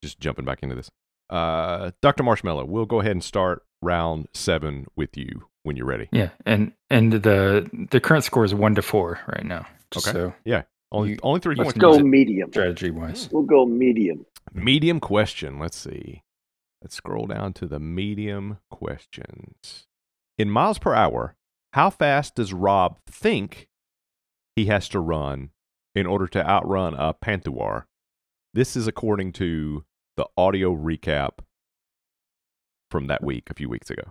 just jumping back into this. Uh Dr. Marshmallow, we'll go ahead and start round seven with you when you're ready. Yeah, and and the the current score is one to four right now. just Okay. So Yeah. Only, You- only 3 let's points. Let's go Is it medium. strategy wise. We'll go medium. Medium question. Let's see. Let's scroll down to the medium questions. In miles per hour, how fast does Rob think he has to run in order to outrun a Panthuar? This is according to the audio recap from that week, a few weeks ago.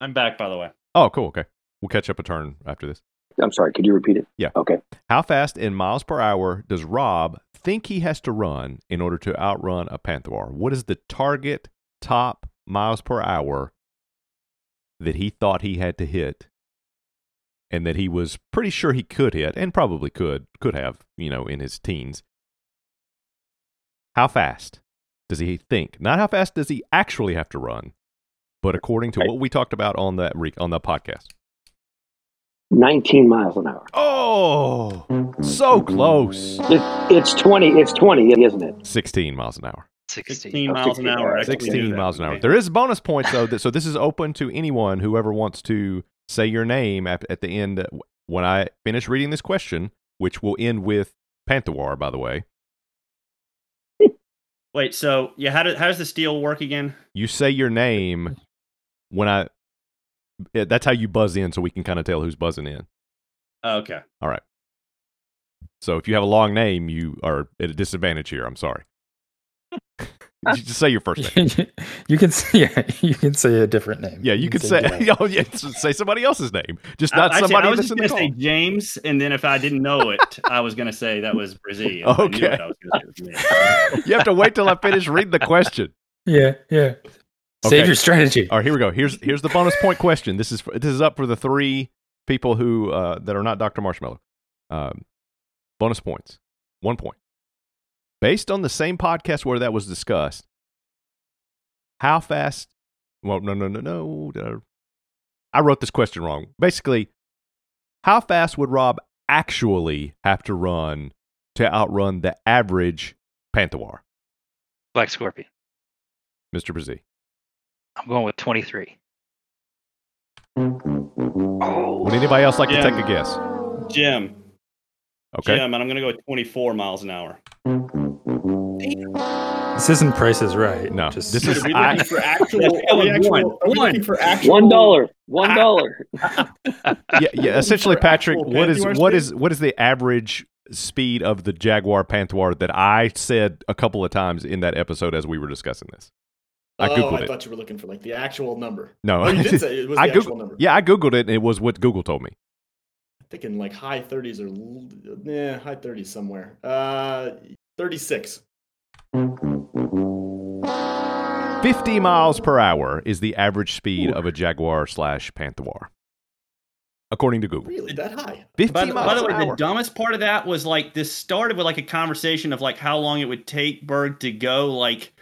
I'm back, by the way. Oh, cool. Okay. We'll catch up a turn after this. I'm sorry. Could you repeat it? Yeah. Okay. How fast in miles per hour does Rob think he has to run in order to outrun a Panther? What is the target top miles per hour that he thought he had to hit and that he was pretty sure he could hit and probably could could have, you know, in his teens? How fast does he think? Not how fast does he actually have to run, but according to Right. what we talked about on that re- on the podcast. 19 miles an hour. Oh, so close. It, it's 20. It's 20, isn't it? 16 miles an hour. 16. 16 Oh, miles an 16, hour. yeah. I completely knew 16 that. miles an hour. Okay. There is bonus points though. That, so this is open to anyone whoever wants to say your name at, at the end uh, when I finish reading this question, which will end with Panthawar, by the way. Wait, so yeah, how, do, how does the steel work again? You say your name when I. yeah, That's how you buzz in, so we can kind of tell who's buzzing in. Oh, okay. So if you have a long name, you are at a disadvantage here. I'm sorry. You just say your first name. you can say yeah, you can say a different name. Yeah, you could different- say oh yeah, just say somebody else's name, just not I, actually, somebody I was that's just in the gonna call. say James, and then if I didn't know it, I was gonna say that was Brazil. I knew Okay. what I was gonna say was Brazil. You have to wait till I finish reading the question. yeah, yeah. Okay. Uh, Save your strategy. All right, here we go. Here's here's the bonus point question. This is for, this is up for the three people who uh, that are not Dr. Marshmallow. Um, bonus points, one point. Based on the same podcast where that was discussed, how fast? Well, no, no, no, no. Did I- I wrote this question wrong. Basically, how fast would Rob actually have to run to outrun the average Pantawar, Black Scorpion. Mister Brzee? I'm going with 23. Would anybody else like Yeah. to take a guess? Jim, Okay. Jim, and I'm gonna go with 24 miles an hour. This isn't Price is Right. No, Just, this Are is- we I- looking for actual? That Are was we actual- one. are we One. looking for actual? One dollar. One dollar. yeah, yeah. Essentially, For Patrick, actual what is Panther what speed? is what is the average speed of the Jaguar Panther that I said a couple of times in that episode as we were discussing this? I oh, googled I it. thought you were looking for like the actual number. No, Oh, you did say it was the I actual googled. number. Yeah, I googled it, and it was what Google told me. I'm thinking like high 30s or l- yeah, high 30s somewhere. Uh, 36. Fifty miles per hour is the average speed of a Jaguar slash Panther, according to Google. Really, that high? Fifty By the, by miles the an way, the hour. dumbest part of that was like this started with like a conversation of like how long it would take Berg to go like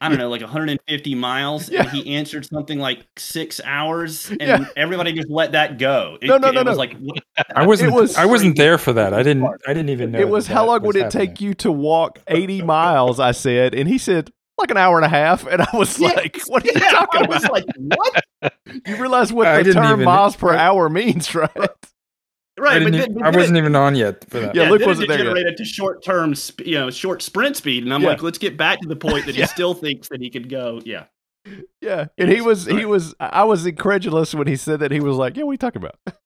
I don't know like 150 miles, and Yeah. he answered something like six hours, and Yeah. everybody just let that go. It, No, no, no, it was no. like what- I wasn't. It was I wasn't there for that. I didn't. I didn't even know. it was that how that long would it was take you to walk 80 miles i said and he said like an hour and a half and i was like what are you talking I about was like, what? you realize what I the didn't term even- miles per I- hour means right happening. I, Right, didn't but then, e- but I then wasn't even on yet for that. Yeah, Luke then wasn't it there yet. degenerated to short term, sp- you know, short sprint speed, and I'm Yeah. like, let's get back to the point that Yeah. he still thinks that he could go. Yeah, yeah and he was he was i was incredulous when he said that he was like yeah what are you talking about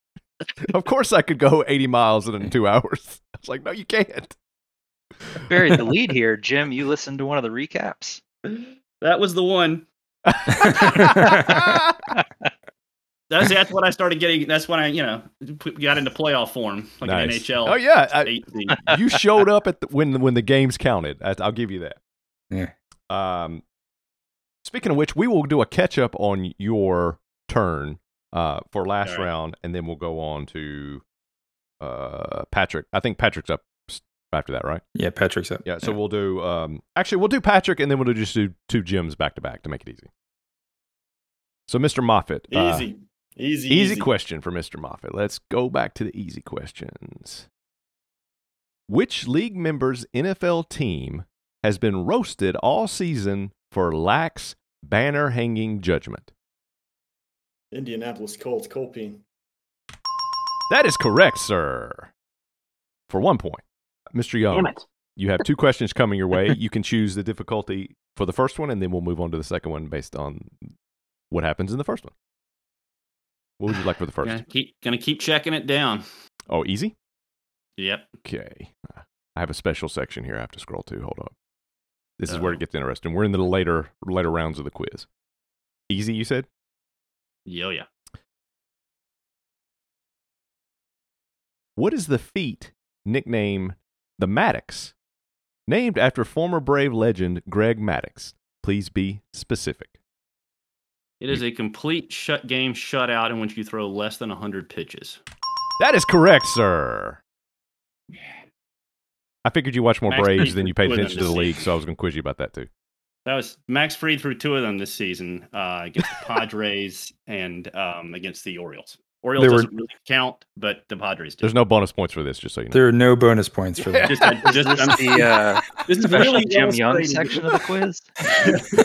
of course i could go 80 miles in two hours i was like no you can't Buried the lead here. Jim, you listened to one of the recaps. that was the one. That's that's what I started getting. That's when I, you know, p- got into playoff form like an Nice. NHL. oh yeah I- eight seed. you showed up at the, when when the games counted. I, I'll give you that. Yeah. Um, speaking of which, we will do a catch up on your turn uh, for last All right. round, and then we'll go on to uh, Patrick. I think Patrick's up s- after that, right? Yeah, Patrick's up. Yeah. So we'll do. Um, actually, we'll do Patrick, and then we'll do just do two gyms back to back to make it easy. So, Mr. Moffitt, uh, Easy, easy, Easy, question for Mr. Moffat. Let's go back to the easy questions. Which league member's NFL team has been roasted all season for lax banner hanging judgment? Indianapolis Colts, Colpine. That is correct, sir. For one point. Mr. Young, Damn it. you have two questions coming your way. You can choose the difficulty for the first one, and then we'll move on to the second one based on what happens in the first one. What would you like for the first? Gonna keep, gonna keep checking it down. Oh, easy. Yep. Okay. I have a special section here I have to scroll to. Hold up. This is where it gets interesting. We're in the later later rounds of the quiz. Easy, you said? Yo, yeah. What is the feat nicknamed the Maddox? Named after former Brave legend Greg Maddox. Please be specific. It is a complete shut game shutout in which you throw less than 100 pitches. That is correct, sir. I figured you watched more Max Braves Fried than you paid would attention to the understand. league, so I was going to quiz you about that too. That was Max Freed threw two of them this season uh, against the Padres and um, against the Orioles. Orioles They were- doesn't really count, but the Padres do. There's no bonus points for this, just so you know. There are no bonus points for that. Just, I, just, Is I'm, this the uh, this is special really Jim well Young stated. section of the quiz?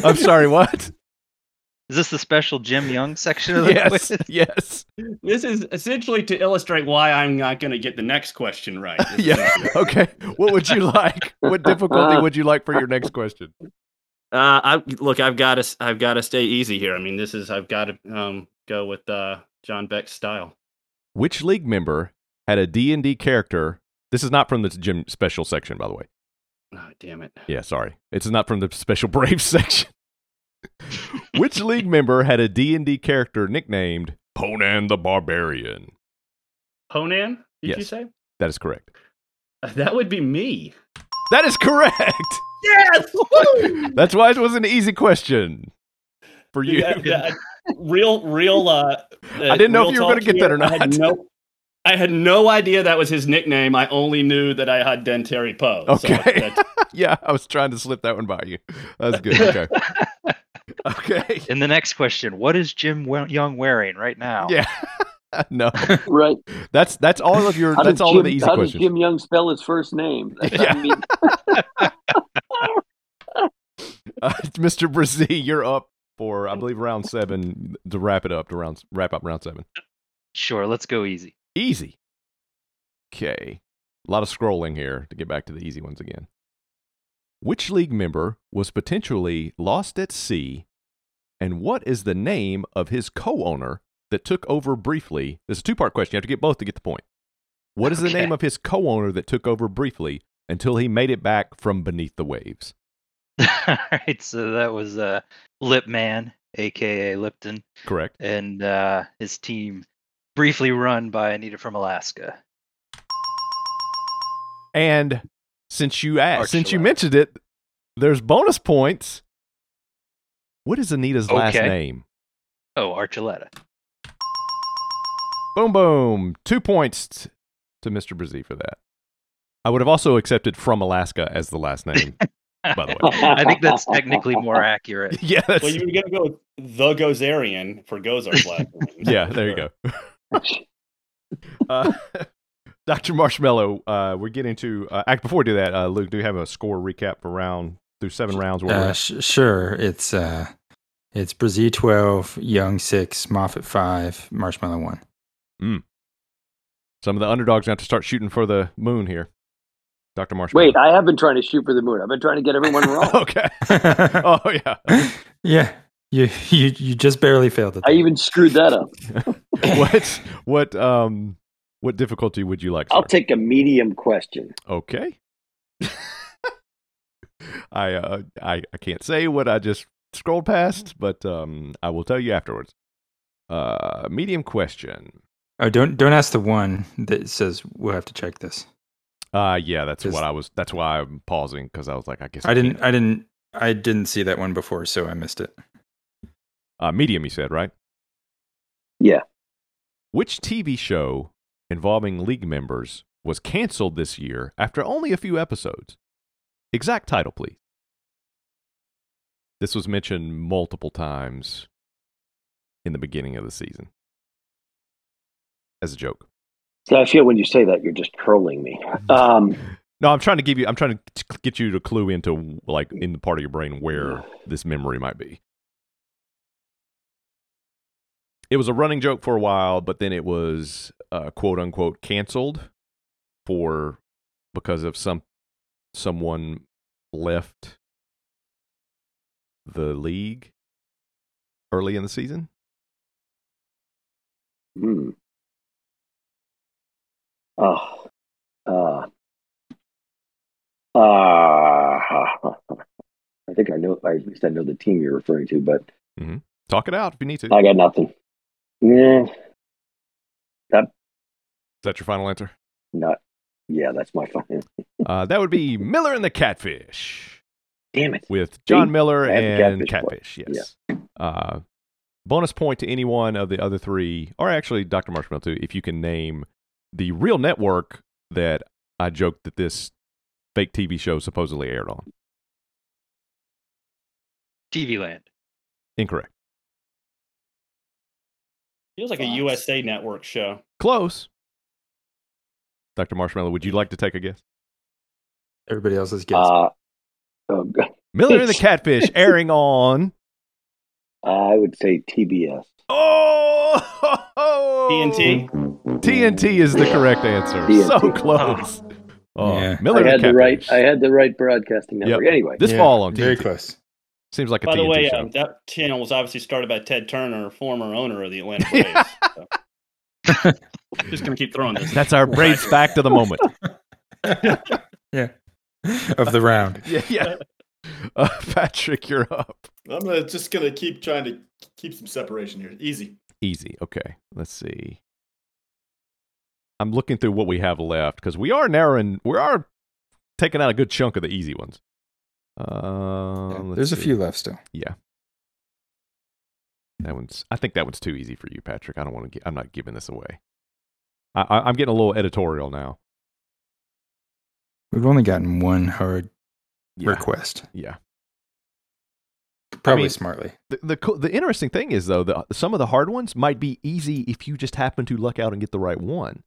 I'm sorry, what? Is this the special Jim Young section of the yes, quiz? yes. This is essentially to illustrate why I'm not going to get the next question right. This is Yeah. Okay. What would you like? What difficulty would you like for your next question? Uh, I look. I've got to. I've got to stay easy here. I mean, this is. I've got to um, go with uh, John Beck's style. Which league member had a D&D character? This is not from the gym special section, by the way. Oh, damn it! Yeah, sorry. It's not from the special Braves section. Which league member had a D&D character nicknamed Conan the Barbarian? Honan, did you Yes. say? That is correct. That would be me. That is correct. Yes. That's why it was an easy question for you. Yeah, yeah, real, real. Uh, I didn't know if real you were gonna talk get that here, or I had, not. no, I had no idea that was his nickname. I only knew that I had Dentary Poe. Okay. that's- yeah, I was trying to slip that one by you. That's good. Okay. okay. And the next question: What is Jim Wo- Young wearing right now? Yeah. no. Right. That's that's all of your How that's did all Jim, of the easy how questions. did Jim Young spell his first name? That's- I Yeah. mean, Uh, Mr. Brazee, you're up for I believe round 7 to wrap it up to round wrap up round 7. Sure, let's go easy. Easy. Okay. A lot of scrolling here to get back to the easy ones again. Which league member was potentially lost at sea? And what is the name of his co owner that took over briefly? This is a two part question. You have to get both to get the point. What is the Okay. name of his co owner that took over briefly until he made it back from beneath the waves? All right, so that was uh, Lip Man, aka Lipton, Correct. and uh, his team, briefly run by Anita from Alaska. And since you asked, since you Archuleta. mentioned it, there's bonus points. What is Anita's last Okay. name? Oh, Archuleta. Boom, boom. Two points t- to Mr. Brzee for that. I would have also accepted from Alaska as the last name, by the way. I think that's technically more accurate. Yeah, that's, well, you were gonna go with the Gozarian for Gozar's last name. yeah there you go. uh, Dr. Marshmallow, uh, we're getting to. Uh, act, before we do that, uh, Luke, do you have a score recap for round through seven rounds? Where we're Uh, at? sh- sure, it's uh, it's Brazil twelve, Young six, Moffat five, Marshmallow one. Some of the underdogs have to start shooting for the moon here. Dr. Marshmallow. wait, I have been trying to shoot for the moon. I've been trying to get everyone wrong. okay. Oh, yeah. yeah, you you you just barely failed it. I even screwed that up. what, what, um, what difficulty would you like? I'll sir? take a medium question. Okay. I, uh, I I can't say what I just scrolled past, but um, I will tell you afterwards. Uh, medium question. oh, don't don't ask the one that says we'll have to check this. Uh, yeah, that's Just- what I was. That's why I'm pausing because I was like, I guess I didn't can't. I didn't I didn't see that one before, so I missed it. Uh, medium, you said right? Yeah. Which TV show involving league members was canceled this year after only a few episodes? Exact title, please. This was mentioned multiple times in the beginning of the season as a joke. So I feel when you say that, you're just trolling me. Um, No, I'm trying to give you. I'm trying to t- get you to clue into like in the part of your brain where this memory might be. It was a running joke for a while, but then it was uh, quote unquote canceled for because of some someone left the league early in the season. Hmm. Oh. Uh. Uh, I think I know. I, at least I know the team you're referring to, but Talk it out if you need to. I got nothing. Yeah, Is that your final answer? not. Yeah, that's my fucking. Uh, that would be Miller and the Catfish Damn it! with John See, Miller I have and the Catfish. Catfish yes. Uh, bonus point to any one of the other three, or actually Dr. Marshmallow too, if you can name the real network that I joked that this fake TV show supposedly aired on. TV Land. Incorrect. Feels like a Fox. USA Network show. Close. Dr. Marshmallow, would you like to take a guess? Everybody else's guess. Uh, oh, God. Miller and the Catfish airing on. I would say TBS. Oh! TNT. TNT is the correct answer. TNT. So close. Oh, Yeah. Miller I and had the Catfish. right. I had the right broadcasting network. Anyway, This fall on Very TNT. close. Seems like a By TNT the way, show. um, that channel was obviously started by Ted Turner, former owner of the Atlanta Braves. so. Just gonna keep throwing this. That's our Braves fact of the moment. Of the round. yeah, yeah. Uh, Patrick, you're up. I'm gonna, just gonna keep trying to keep some separation here. Easy. Easy. Okay. Let's see. I'm looking through what we have left because we are narrowing. We are taking out a good chunk of the easy ones. Uh, Yeah, let's There's a see. few left still. That one's. I think that one's too easy for you, Patrick. I don't want to. I'm not giving this away. I, I, I'm getting a little editorial now. We've only gotten one hard Yeah. request. Yeah. Probably mean- smartly. The, the co- the interesting thing is though, the, some of the hard ones might be easy if you just happen to luck out and get the right one,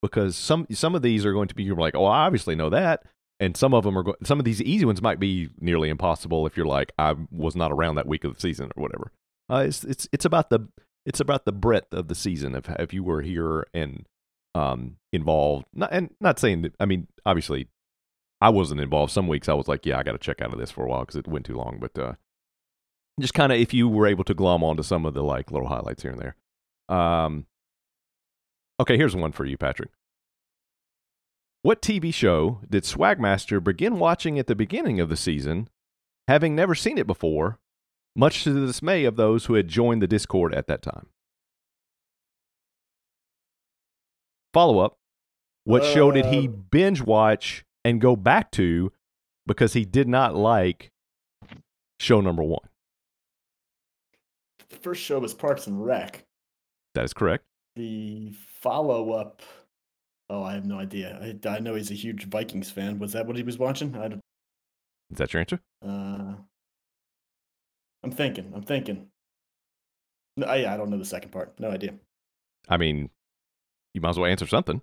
because some some of these are going to be you're like, oh, I obviously know that, and some of them are go- some of these easy ones might be nearly impossible if you're like, I was not around that week of the season or whatever. Uh, it's it's it's about the it's about the breadth of the season if if you were here and um involved. Not, and not saying that, I mean obviously I wasn't involved. Some weeks I was like, yeah, I got to check out of this for a while because it went too long, but. uh just kind of if you were able to glom onto some of the like little highlights here and there. Um, okay, here's one for you, Patrick. What TV show did Swagmaster begin watching at the beginning of the season, having never seen it before, much to the dismay of those who had joined the Discord at that time? Follow up What show did he Uh, binge watch and go back to because he did not like show number one? The first show was Parks and Rec. That is correct. The follow up. Oh, I have no idea. I, I know he's a huge Vikings fan. Was that what he was watching? I don't. Is that your answer? Uh, I'm thinking. I'm thinking. No, I, I don't know the second part. No idea. I mean, you might as well answer something.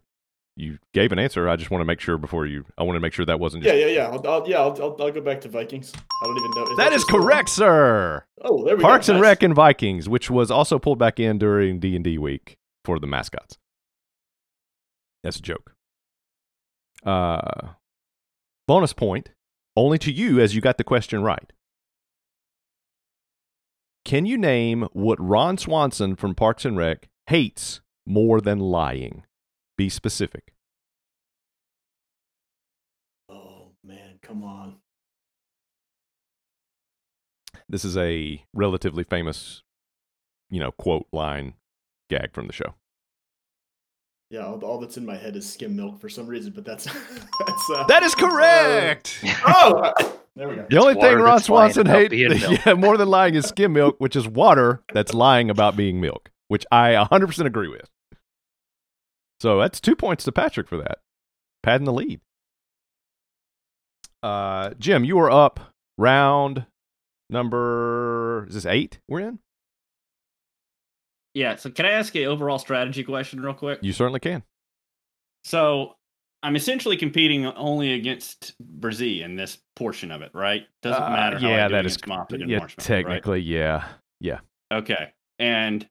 You gave an answer. I just want to make sure before you. I want to make sure that wasn't. Yeah, Just, yeah, yeah. I'll, I'll, yeah, I'll, I'll, I'll go back to Vikings. I don't even know. that is just the one? correct, sir. Oh, there we go. Parks and Nice. Rec and Vikings, which was also pulled back in during D and D week for the mascots. That's a joke. Uh, bonus point only to you as you got the question right. Can you name what Ron Swanson from Parks and Rec hates more than lying? Be specific. Oh man, come on. This is a relatively famous, you know, quote line gag from the show. Yeah, all, all that's in my head is skim milk for some reason, but that's that's. Uh, That is correct. oh, uh, there we go. The only thing water Ron that's lying Swanson about hates being milk. yeah, more than lying is skim milk, which is water that's lying about being milk, which I 100% agree with. So that's two points to Patrick for that. Padding the lead. Uh, Jim, you are up round number, is this eight we're in? Yeah. So can I ask a overall strategy question real quick? You certainly can. So I'm essentially competing only against Brzee in this portion of it, right? Doesn't Uh, matter. yeah, how I do that is- against Moffitt and Yeah, Marshmallow, right? technically, yeah. Okay. And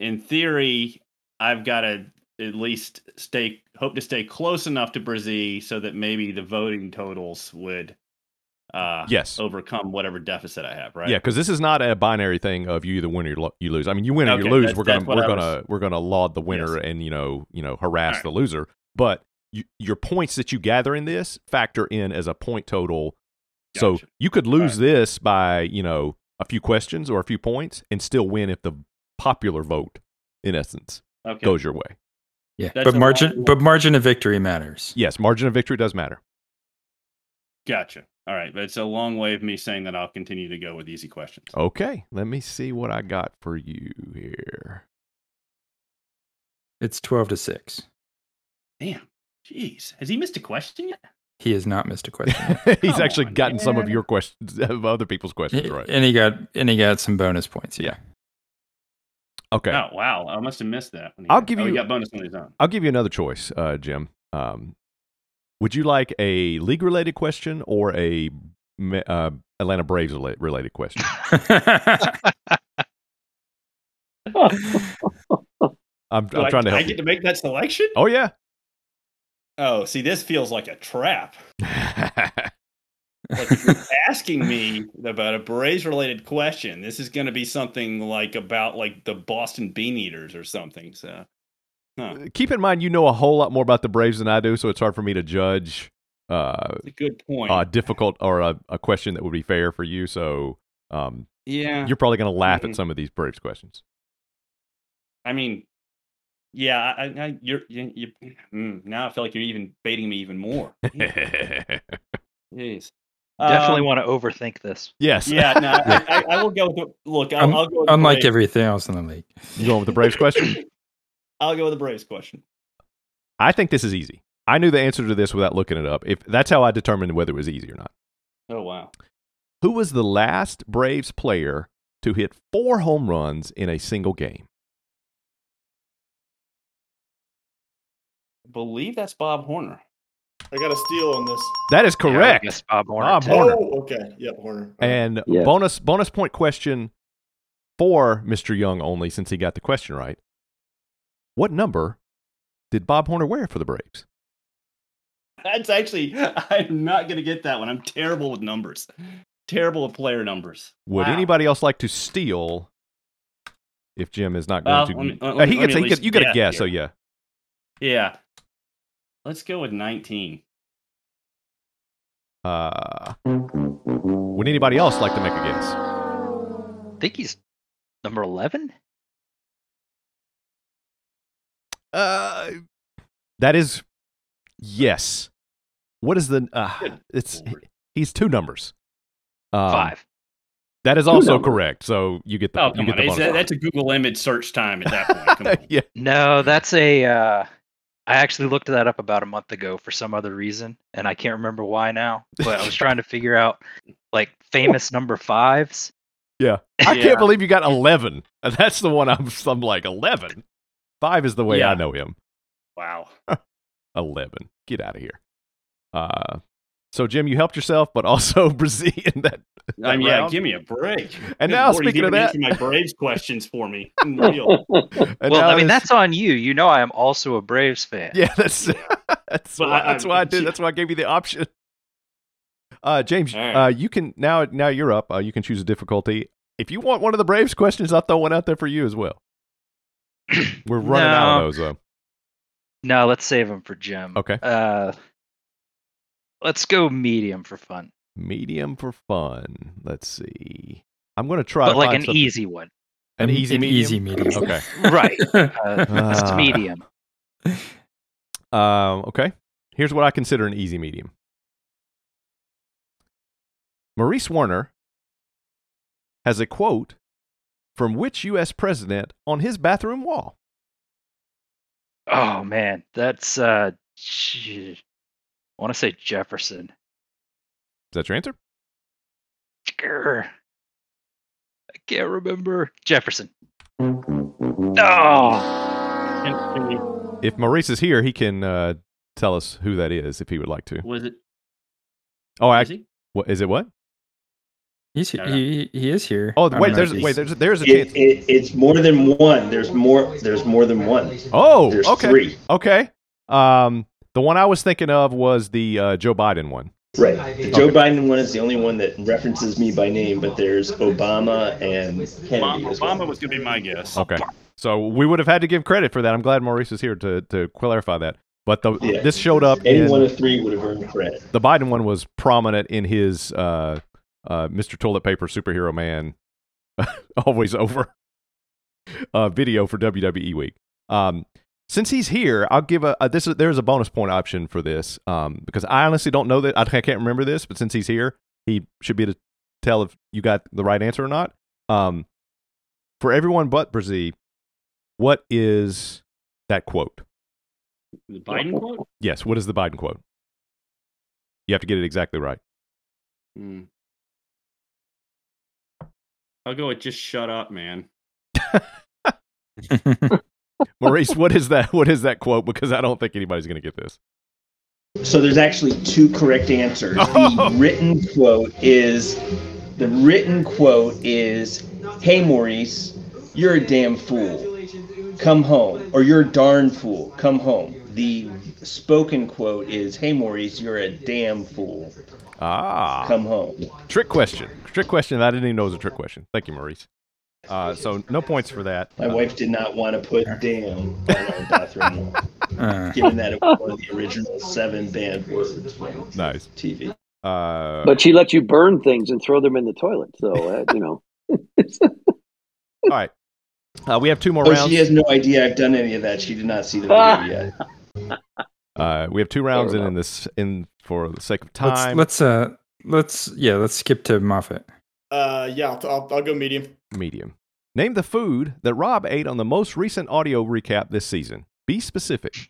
in theory, I've got to at least stay hope to stay close enough to Brazil so that maybe the voting totals would uh, Yes. overcome whatever deficit I have, right? Yeah, because this is not a binary thing of you either win or you lo- you lose. I mean, you win or you Okay, lose. that's- We're gonna that's what we're I was- gonna we're gonna laud the winner Yes. and you know you know harass Alright. the loser. But you, your points that you gather in this factor in as a point total. So Gotcha. you could lose this by you know a few questions or a few points and still win if the popular vote, in essence, Okay. goes your way. Yeah, That's but a margin, lot. but margin of victory matters. Yes, margin of victory does matter. Gotcha. All right, but it's a long way of me saying that I'll continue to go with easy questions. Okay, let me see what I got for you here. It's twelve to six. Damn. Jeez. Has he missed a question yet? He has not missed a question, He's Come actually on, gotten some of man. your questions, of other people's questions, right? and he got and he got some bonus points. Yeah, Okay. Oh wow, I must have missed that. when he- I'll give oh, you- He got bonus on his own. I'll give you another choice, uh, Jim. Um, would you like a league-related question or a me- uh, Atlanta Braves rela- related question? I'm, Do I'm I- trying to I help get you. to make that selection. Oh yeah. Oh, see, this feels like a trap. Asking me about a Braves related question. This is going to be something like about like the Boston Bean Eaters or something. So, huh. Keep in mind, you know a whole lot more about the Braves than I do, so it's hard for me to judge uh, It's a good point. a difficult or a, a question that would be fair for you. So um, yeah. you're probably going to laugh at Mhm. some of these Braves questions. I mean, yeah, I, I, you're, you, you, mm, now I feel like you're even baiting me even more. Jeez. Definitely Um, want to overthink this. yes. Yeah, no, I, I, I will go with the, look, I'll, Un- I'll go with the unlike Braves- everything else in the league. You going with the Braves question? I'll go with the Braves question. I think this is easy. I knew the answer to this without looking it up. If that's how I determined whether it was easy or not. Oh, wow. Who was the last Braves player to hit four home runs in a single game? I believe that's Bob Horner. I got a steal on this. That is Yeah, I would correct. guess Bob Horner. Bob too. Horner. Oh, okay. Yep, Horner. Okay. and Yeah. bonus bonus point question for Mr. Young only since he got the question right. What number did Bob Horner wear for the Braves? That's actually, I'm not going to get that one. I'm terrible with numbers, terrible with player numbers. Would Wow. anybody else like to steal? If Jim is not going Well, to, let me- Uh, let me- he let gets. me at He gets least you got a guess guess. here. So yeah, Yeah. Let's go with 19. Uh, would anybody else like to make a guess? I think he's number 11. Uh, that is yes. What is the? Uh, it's Lord. he's two numbers. Um, Five. That is Two also numbers. correct. So you get the. Oh, you come get on. the It's- bonus point. that's a Google image search time at that point. Come on. yeah. No, that's a. Uh, I actually looked that up about a month ago for some other reason, and I can't remember why now. But I was trying to figure out like famous number fives. I Yeah. can't believe you got eleven. That's the one I'm. I'm like eleven. Five is the way I Yeah. know him. Wow. 11. Get out of here. Uh, so, Jim, you helped yourself, but also Brazil in that. I mean, yeah, round. give me a break. And Good now, Lord, he's speaking of even that, answering my Braves questions for me. Unreal. and well, now I mean, it's- that's on you. You know, I am also a Braves fan. yeah, that's that's But why, I- I- that's why I did. That's why I gave you the option. Uh, James, All right. uh, you can now now you're up. Uh, you can choose a difficulty. If you want one of the Braves questions, I'll throw one out there for you as well. We're running out No. of those. Uh, No, let's save them for Jim. Okay. Uh, let's go medium for fun, medium for fun. Let's see. I'm going to try but to like find an something- easy one. an easy an medium? easy medium. Okay. Right. Uh, it's Ah. medium. Um, okay. Here's what I consider an easy medium. Maurice Warner has a quote from which U.S. president on his bathroom wall? Oh man, that's uh, I want to say Jefferson. Is that your answer? Grr. I can't remember Jefferson. No, Can- can we- If Maurice is here, he can uh, tell us who that is if he would like to. was it? Oh, I, was he? what, is it what? He's he, I don't know. he, he is here. Oh I don't wait, know there's if he's- wait, there's there's a It, chance. it, it's more than one. There's more. There's more than one. Oh, There's okay, three. okay. Um, the one I was thinking of was the uh, Joe Biden one. Right. The Joe Biden one is the only one that references me by name, but there's Obama and Kennedy. Obama, as well. Obama was going to be my guess. Okay, so we would have had to give credit for that. I'm glad Maurice is here to to clarify that. But the Yeah. this showed up Any in one of three would have earned credit. the Biden one was prominent in his uh, uh, Mr. Toilet Paper Superhero Man, always over uh, video for WWE Week. Um, since he's here, I'll give a, uh this. Is, there's a bonus point option for this um, because I honestly don't know that I, can't remember this, but since he's here, he should be able to tell if you got the right answer or not. Um, for everyone but Brzee, what is that quote? The Biden quote? Yes, what is the Biden quote? You have to get it exactly right. Hmm. I'll go with just shut up, man. Maurice, what is that? What is that quote? Because I don't think anybody's going to get this. So there's actually two correct answers. Oh. The written quote is the written quote is Hey Maurice, you're a damn fool. Come home. Or you're a darn fool. Come home. The spoken quote is Hey Maurice, you're a damn fool. Ah, Come home. trick question. Trick question. I didn't even know it was a trick question. Thank you, Maurice. Uh, so no points for that. My wife did not want to put damn on our bathroom wall, Uh, given that it was one of the original seven banned words from Nice. TV. Uh, But she lets you burn things and throw them in the toilet. So, uh, you know. all right. Uh, we have two more Oh, rounds. she has no idea I've done any of that. She did not see the video yet. Uh, we have two rounds in, in this in for the sake of let's time. let's uh let's yeah let's skip to Moffat. Uh, yeah, I'll, I'll, I'll go medium. Medium. Name the food that Rob ate on the most recent audio recap this season. Be specific.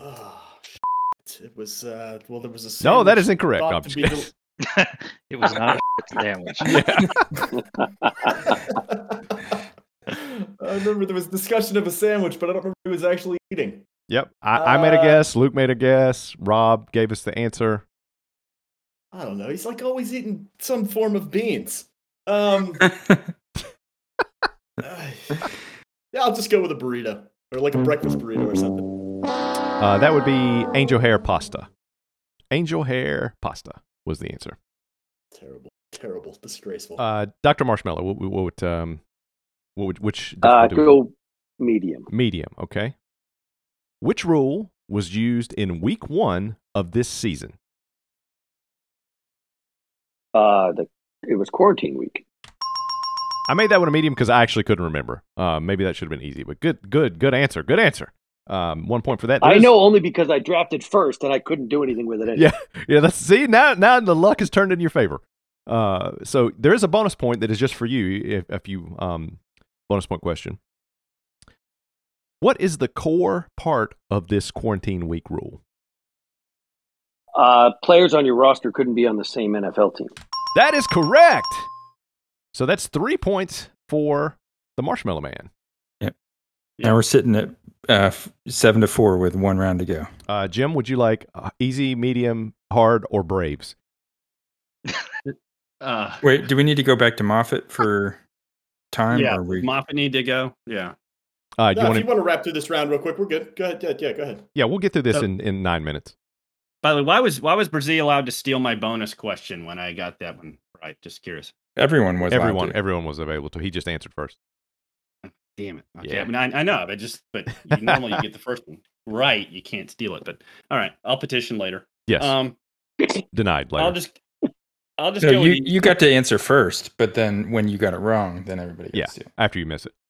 Oh, shit. It was uh, well, there was a No, that sandwich is incorrect. thought No, I'm to just be kidding. del- it was not a sandwich. I remember there was discussion of a sandwich, but I don't remember who was actually eating. Yep. I, I made a Uh, guess. Luke made a guess. Rob gave us the answer. I don't know. He's like always eating some form of beans. Um, yeah, I'll just go with a burrito or like a breakfast burrito or something. Uh, that would be angel hair pasta. Angel hair pasta was the answer. Terrible, terrible, disgraceful. Uh, Dr. Marshmallow, what, what, would, um, what would, which Uh, difficulty would- go medium. medium? Okay. Which rule was used in week one of this season? Uh, the, it was quarantine week. I made that one a medium because I actually couldn't remember. Uh, maybe that should have been easy, but good, good, good answer. Good answer. Um, one point for that. I There's- know only because I drafted first and I couldn't do anything with it. Anyway. Yeah, yeah. That's see now. Now the luck is turned in your favor. Uh, so there is a bonus point that is just for you. If, if you um, bonus point question. What is the core part of this quarantine week rule? Uh, players on your roster couldn't be on the same NFL team. That is correct. So that's three points for the Marshmallow Man. Now we're sitting at uh f- seven to four with one round to go. Uh, Jim, would you like uh, easy, medium, hard, or Braves? Uh, Wait, do we need to go back to Moffat for time? yeah, or we, Moffat need to go. Yeah. Uh, No, you if want you want to wrap through this round real quick, we're good. Go ahead. Yeah, yeah go ahead. yeah, we'll get through this So- in, in nine minutes. By the way, why was why was Brazil allowed to steal my bonus question when I got that one right? Just curious. everyone was allowed Everyone, to. everyone was available to. He just answered first. Damn it. Okay. Yeah. I mean, I, I know, but just but you, normally you get the first one right. You can't steal it. But all right, I'll petition later. Yes, Um, denied. Later. I'll just I'll just No, go. you with, you got to answer first, but then when you got it wrong, then everybody gets to. after you miss it. E-,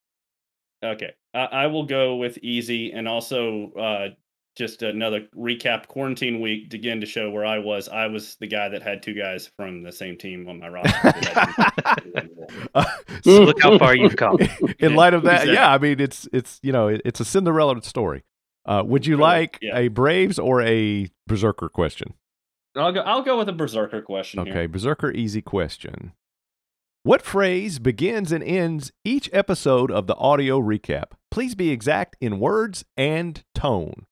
Okay, I, I will go with easy, and also uh, just another recap quarantine week to- again to show where I was. I was the guy that had two guys from the same team on my roster. So look how far you've come. in light of that, Exactly. yeah, I mean it's it's you know it- it's a Cinderella story. Uh, would you Really, like yeah. a Braves or a Berserker question? I'll go. I'll go with a berserker question. here. Okay, Berserker easy question. What phrase begins and ends each episode of the audio recap? Please be exact in words and tone.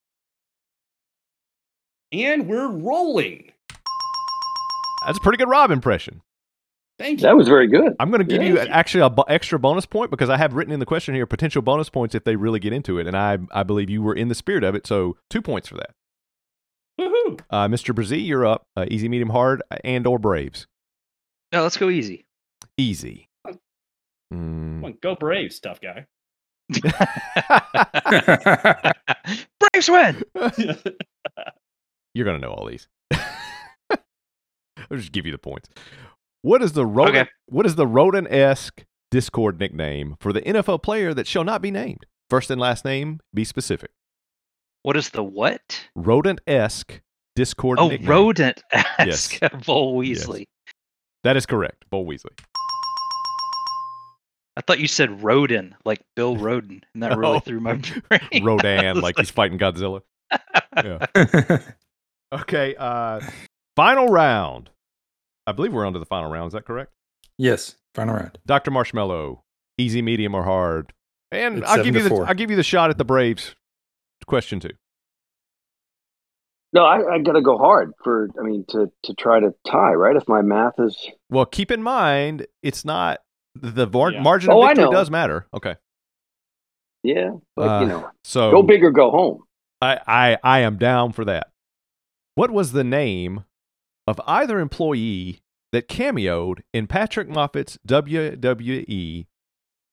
and we're rolling. That's a pretty good Rob impression. Thank you. That was very good. I'm going to give Yeah. you actually an extra bonus point because I have written in the question here potential bonus points if they really get into it, and I I believe you were in the spirit of it, so two points for that. Woohoo! Uh, Mr. Brzee, you're up. Uh, easy, medium, hard, and or Braves. No, let's go easy. Easy. Mm. Come on, go Braves, tough guy. Braves win. You're gonna know all these. I'll just give you the points. What is the Roden? Okay. What is the Roden-esque Discord nickname for the NFL player that shall not be named? First and last name. Be specific. What is the what? Rodent-esque Discord. Oh, nickname. rodent esque Bull Yes. Weasley. That is correct. Bo Weasley. I thought you said Rodin, like Bill Rodin, and that No. really threw my brain. Rodan, was like like- he's fighting Godzilla. Yeah. Okay. Uh, final round. I believe we're on to the final round. Is that correct? yes, final round. Dr. Marshmallow, easy, medium, or hard? And It's I'll seven give you to the four. I'll give you the shot at the Braves. Question two. No, I, I got to go hard for. I mean, to to try to tie right. If my math is Well, keep in mind it's not the var- Yeah. margin of Oh, I victory know. does matter. Okay, yeah, but Uh, you know, so go big or go home. I, I I am down for that. What was the name of either employee that cameoed in Patrick Moffitt's WWE E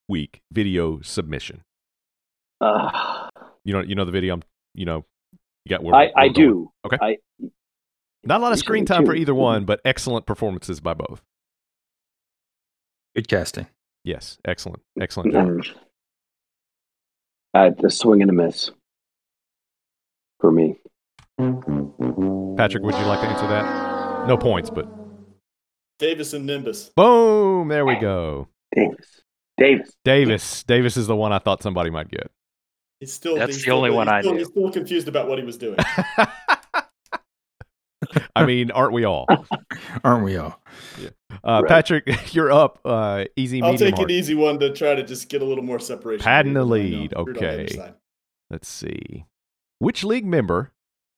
Week video submission? Uh, You know you know the video. I'm you know you got where I we're I going. do. Not a lot of Each of screen the time for two. either one, but excellent performances by both. Good casting. Yes, excellent, excellent job. Mm. Uh, the swing and a miss for me. Patrick, would you like to answer that? No points, but Davis and Nimbus. boom, there we go. Davis. Davis. Davis, Davis is the one I thought somebody might get. He's still. That's he's the only still, one he's I still, knew. He's still confused about what he was doing. I mean, aren't we all? Aren't we all? Uh, Right. Patrick, you're up. Uh, easy, I'll medium, take an hard. easy one to try to just get a little more separation. Patting the Right now. lead, Fruit on the other okay. side. Let's see. Which league member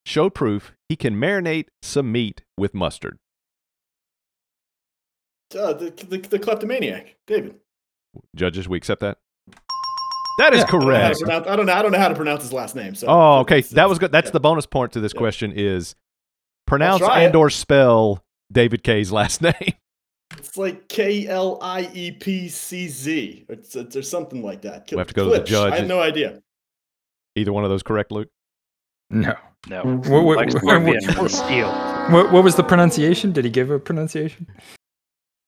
showed proof he can marinate some meat with mustard? Uh, the, the, the kleptomaniac, David. Judges, we accept that. That is Yeah. I don't know how to correct. pronounce- I don't know. I don't know how to pronounce his last name. So. Oh, okay. it's- That was it's- good. That's yeah. the bonus point to this Yeah. question is pronounce try it. and or spell David K's last name. It's like K L I E P C Z. It's, it's or something like that. We'll have to go to the Klipsch. judge I have and- no idea. Either one of those correct, Luke? No. no. What, what, Like what- Scorpion what- with steel. what- what was the pronunciation? Did he give a pronunciation?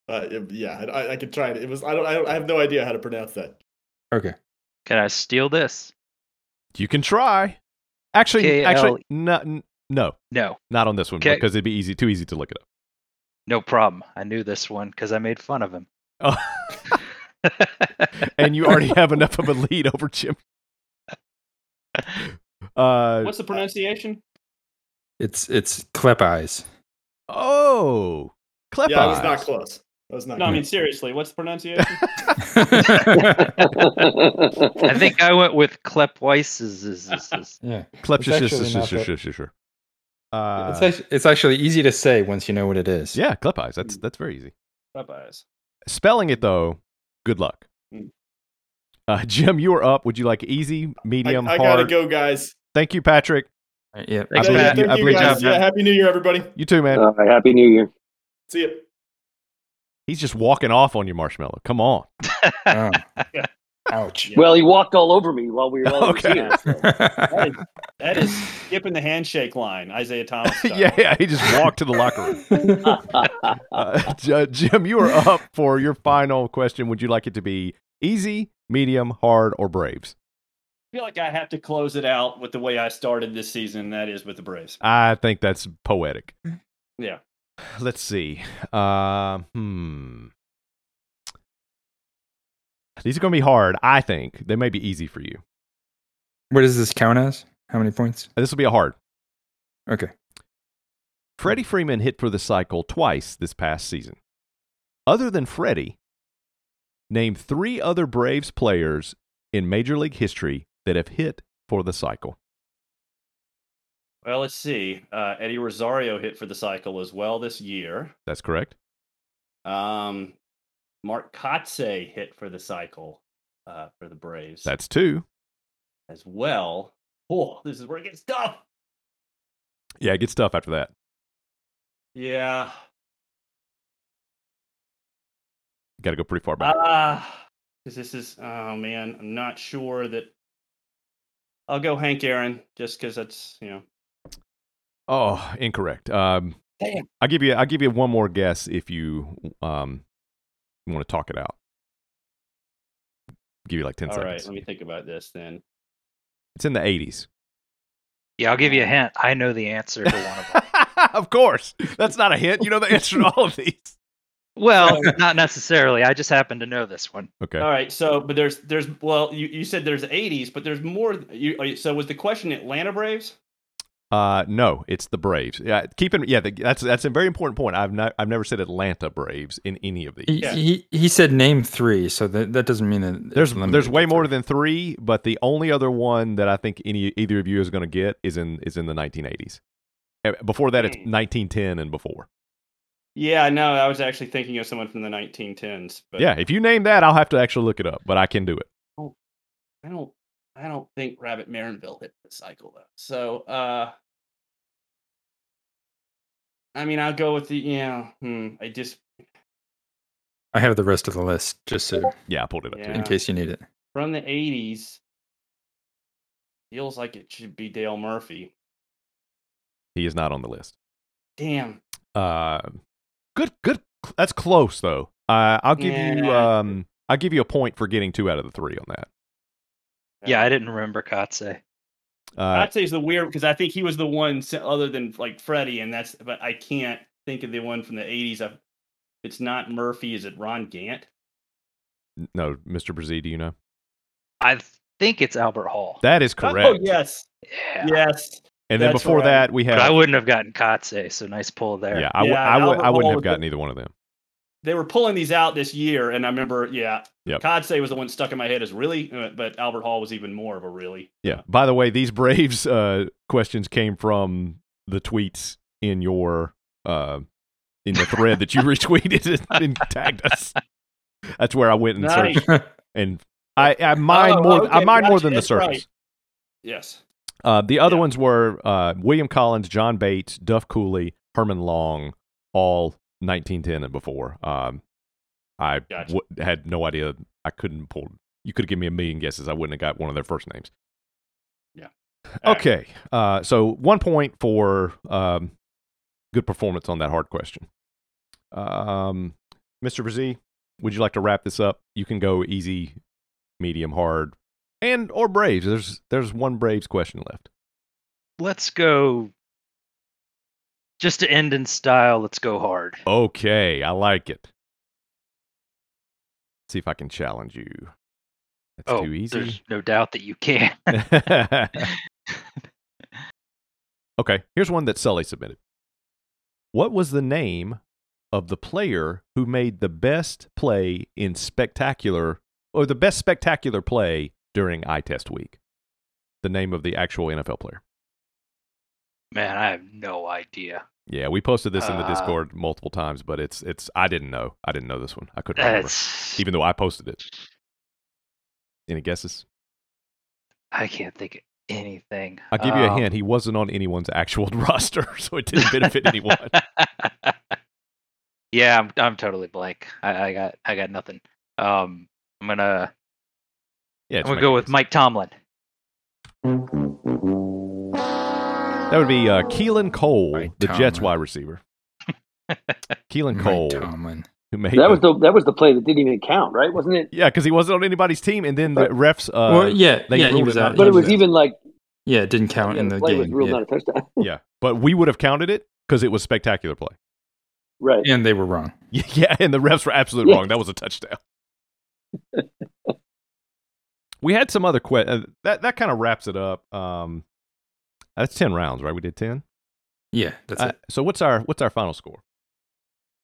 Uh, it- yeah, I- I, I could try it. It was. I don't, I don't. I have no idea how to pronounce that. Okay. Can I steal this? You can try. Actually, actually, KL. no, n- no, No, not on this one K- because it'd be easy, too easy to look it no problem. I knew this one because I made fun of him. up. Oh, and you already have enough of a lead over Jim. Uh, What's the pronunciation? It's it's Klep eyes. oh, Clep Yeah, I was not eyes. close. I was not. No, I close. mean seriously, what's the pronunciation? Uh, I think I went with Klep Weiss's. is- is- is- yeah. Clep- It's sh- sh- actually sh- not sh- that- sh- sh- sh- sh- Uh, it's, actually, it's actually easy to say once you know what it is. Yeah, Clep eyes. That's, that's very easy. Popeyes. Spelling it though, good luck. Mm. Uh, Jim, you are up. Would you like easy, I, medium, I gotta hard? go, guys. Thank you, Patrick. Yeah. Thanks, I believe Pat. you- I Thank you, believe you have- guys. Yeah, happy New Year, everybody. You too, man. All right, Happy New Year. See you. He's just walking off on you, Marshmallow. Come on. Oh. Ouch. Well, he walked all over me while we were all Okay. here. so. That is, that is skipping the handshake line, Isaiah Thomas. style. yeah, yeah, he just walked to the locker room. Uh, J- Jim, you are up for your final question. Would you like it to be easy, medium, hard, or Braves? I feel like I have to close it out with the way I started this season, and that is with the Braves. I think that's poetic. Yeah. Let's see. Uh, hmm. These are going to be hard, I think. They may be easy for you. What does this count as? How many points? This will be a hard. Okay. Freddie Freeman hit for the cycle twice this past season. Other than Freddie, name three other Braves players in Major League history that have hit for the cycle. Well, let's see. Uh, Eddie Rosario hit for the cycle as well this year. That's correct. Um, Mark Kotze hit for the cycle uh, for the Braves That's two. as well. Oh, this is where it gets tough. Yeah, good stuff after that. Yeah. Got to go pretty far back. Ah, 'cause this is oh man, I'm not sure that I'll go Hank Aaron just because that's you know Oh, incorrect. Um, Damn. I'll give you. I'll give you one more guess if you um want to talk it out. Give you like ten All right, seconds. let me think about this then. It's in the eighties. Yeah, I'll give you a hint. I know the answer to one of them. of course, that's not a hint. You know the answer to all of these. Well, not necessarily. I just happen to know this one. Okay. All right, so but there's there's well you, you said there's 80s, but there's more. You, are you- so was the question Atlanta Braves? Uh, no, it's the Braves. Yeah, keep in. Yeah, the, that's that's a very important point. I've not. I've never said Atlanta Braves in any of these. He, Yeah. he, he said name three, so that, that doesn't mean that There's there's way more than three, but the only other one that I think any either of you is going to get is in is in the 1980s. Eh, Before that, it's Hmm. 1910 and before. Yeah, no, I was actually thinking of someone from the 1910s. But yeah, if you name that, I'll have to actually look it up, but I can do it. I don't I don't think Rabbit Marinville hit the cycle though. So uh I mean I'll go with the you know, hmm, I just I have the rest of the list just so Yeah, I pulled it up. Yeah. Too. in case you need it. from the 80s feels like it should be Dale Murphy. He is not on the list. Damn. Uh, good, good. That's close though. Uh, I'll give you Yeah. um, I'll give you a point for getting two out of the three on that. Yeah, I didn't remember Kotze. Uh, I'd say it's the weird because I think he was the one s- other than like Freddie, and that's but I can't think of the one from the 80s. I, it's not Murphy, is it Ron Gant? no, Mr. Brzee, do you know? I think it's Albert Hall. That is Oh, correct. yes. yeah. Yes. and then that's before right. that, we But had I wouldn't have gotten Kotze, so nice pull there. yeah, I, w- Yeah, I, w- I Albert wouldn't Hall have was gotten the- either one of them. they were pulling these out this year, and I remember, yeah, Yep. Codsey was the one stuck in my head as really, uh, but Albert Hall was even more of a really. Yeah. By the way, these Braves uh, questions came from the tweets in your uh, in the thread that you retweeted and, and tagged us. That's where I went and Nice. searched, and I, I mine Oh, more. I okay, mine more gotcha, than the that's right. surface. Yes. Uh, the other Yeah. ones were uh, William Collins, John Bates, Duff Cooley, Herman Long, all 1910 and before. Um, I Gotcha. w- had no idea. I couldn't pull. You could have given me a million guesses. I wouldn't have got one of their first names. Yeah. All right. Okay. Uh, so one point for um, good performance on that hard question. Um, Mr. Brzee, would you like to wrap this up? You can go easy, medium, hard, and or Braves. There's there's one Braves question left. Let's go. Just to end in style, let's go hard. Okay, I like it. see if I can challenge you. That's oh, too there's easy. no doubt that you can. okay, here's one that Sully submitted. What was the name of the player who made the best play in spectacular or the best spectacular play during eye test week? The name of the actual NFL player. Man, I have no idea. Yeah, we posted this in the Uh, Discord multiple times, but it's it's I didn't know. I didn't know this one. I couldn't remember. That's Even though I posted it. Any guesses? I can't think of anything. I'll give you a Um, hint. He wasn't on anyone's actual roster, so it didn't benefit anyone. yeah, I'm I'm totally blank. I, I got I got nothing. Um, I'm gonna Yeah, I'm it's gonna go with Mike. Mike Tomlin. That would be uh, Keelan Cole, Mike the Jets Tomlin. wide receiver. Keelan Mike Cole, Tomlin. who made That was the- the that was the play that didn't even count, right? Wasn't it? yeah, because he wasn't on anybody's team, and then the Right. refs. Uh, well, yeah, they yeah, he ruled was it out. out. But he it was out. even like yeah, it didn't count yeah, in the the play was game. ruled yeah. not a touchdown, yeah, but we would have counted it because it was spectacular play. right? And they were wrong. Yeah, and the refs were absolutely Yeah. wrong. That was a touchdown. we had some other que- uh, that that kind of wraps it up. Um, that's ten rounds, right? We did ten. Yeah, that's Uh, it. so what's our what's our final score?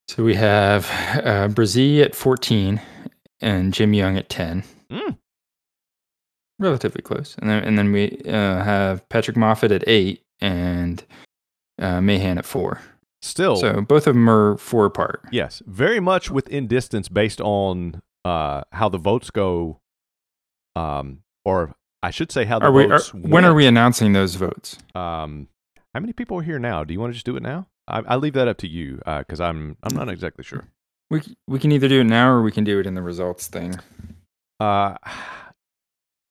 So we have uh, Brazee at 14 and Jim Young at 10. Mm. Relatively close. And then, and then we uh, have Patrick Moffat at 8 and uh, Mahan at four. Still, So both of them are four apart. yes, very much within distance based on uh, how the votes go, um, or I should say how the Are we? Are, votes. when are went. we announcing those votes? Um, how many people are here now? Do you want to just do it now? I, I leave that up to you because I'm I'm not exactly sure. We c- we can either do it now or we can do it in the results thing. Uh,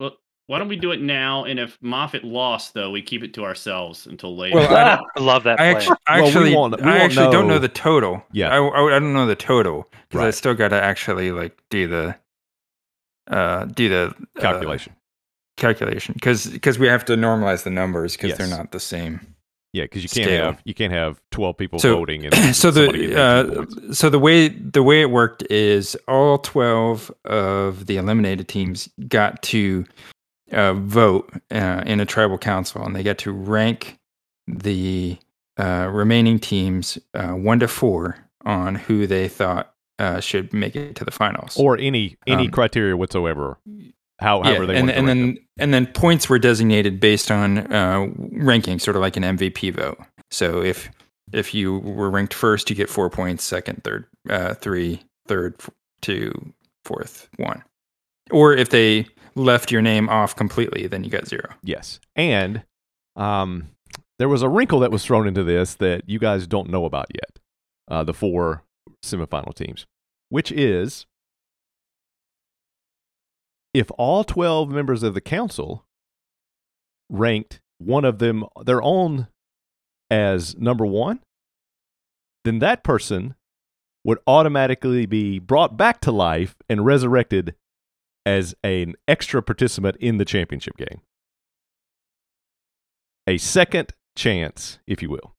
Well, why don't we do it now? And if Moffat lost, though, we keep it to ourselves until later. Well, I, I love that I play. actually, I Well, we actually, won't- we I won't actually don't know- know the total. Yeah. I, I, I don't know the total because I Right. still got to actually like do the uh do the uh, calculation. calculation because we have to normalize the numbers because Yes. they're not the same. yeah, because you can't scale. have you can't have 12 people So- voting and so somebody the getting 18 points. uh, so the way the way it worked is all twelve of the eliminated teams got to uh, vote uh, in a tribal council and they got to rank the uh, remaining teams uh, one to four on who they thought uh, should make it to the finals. or any any um, criteria whatsoever. How, Yeah, however they and, want and to rank then and then points were designated based on uh, ranking, sort of like an MVP vote. So if if you were ranked first, you get four points. Second, third, uh, three, third, f- two, fourth, one. Or if they left your name off completely, then you got zero. Yes. And um, there was a wrinkle that was thrown into this that you guys don't know about yet uh, the four semifinal teams, which is if all 12 members of the council ranked one of them, their own, as number one, then that person would automatically be brought back to life and resurrected as an extra participant in the championship game a second chance, if you will.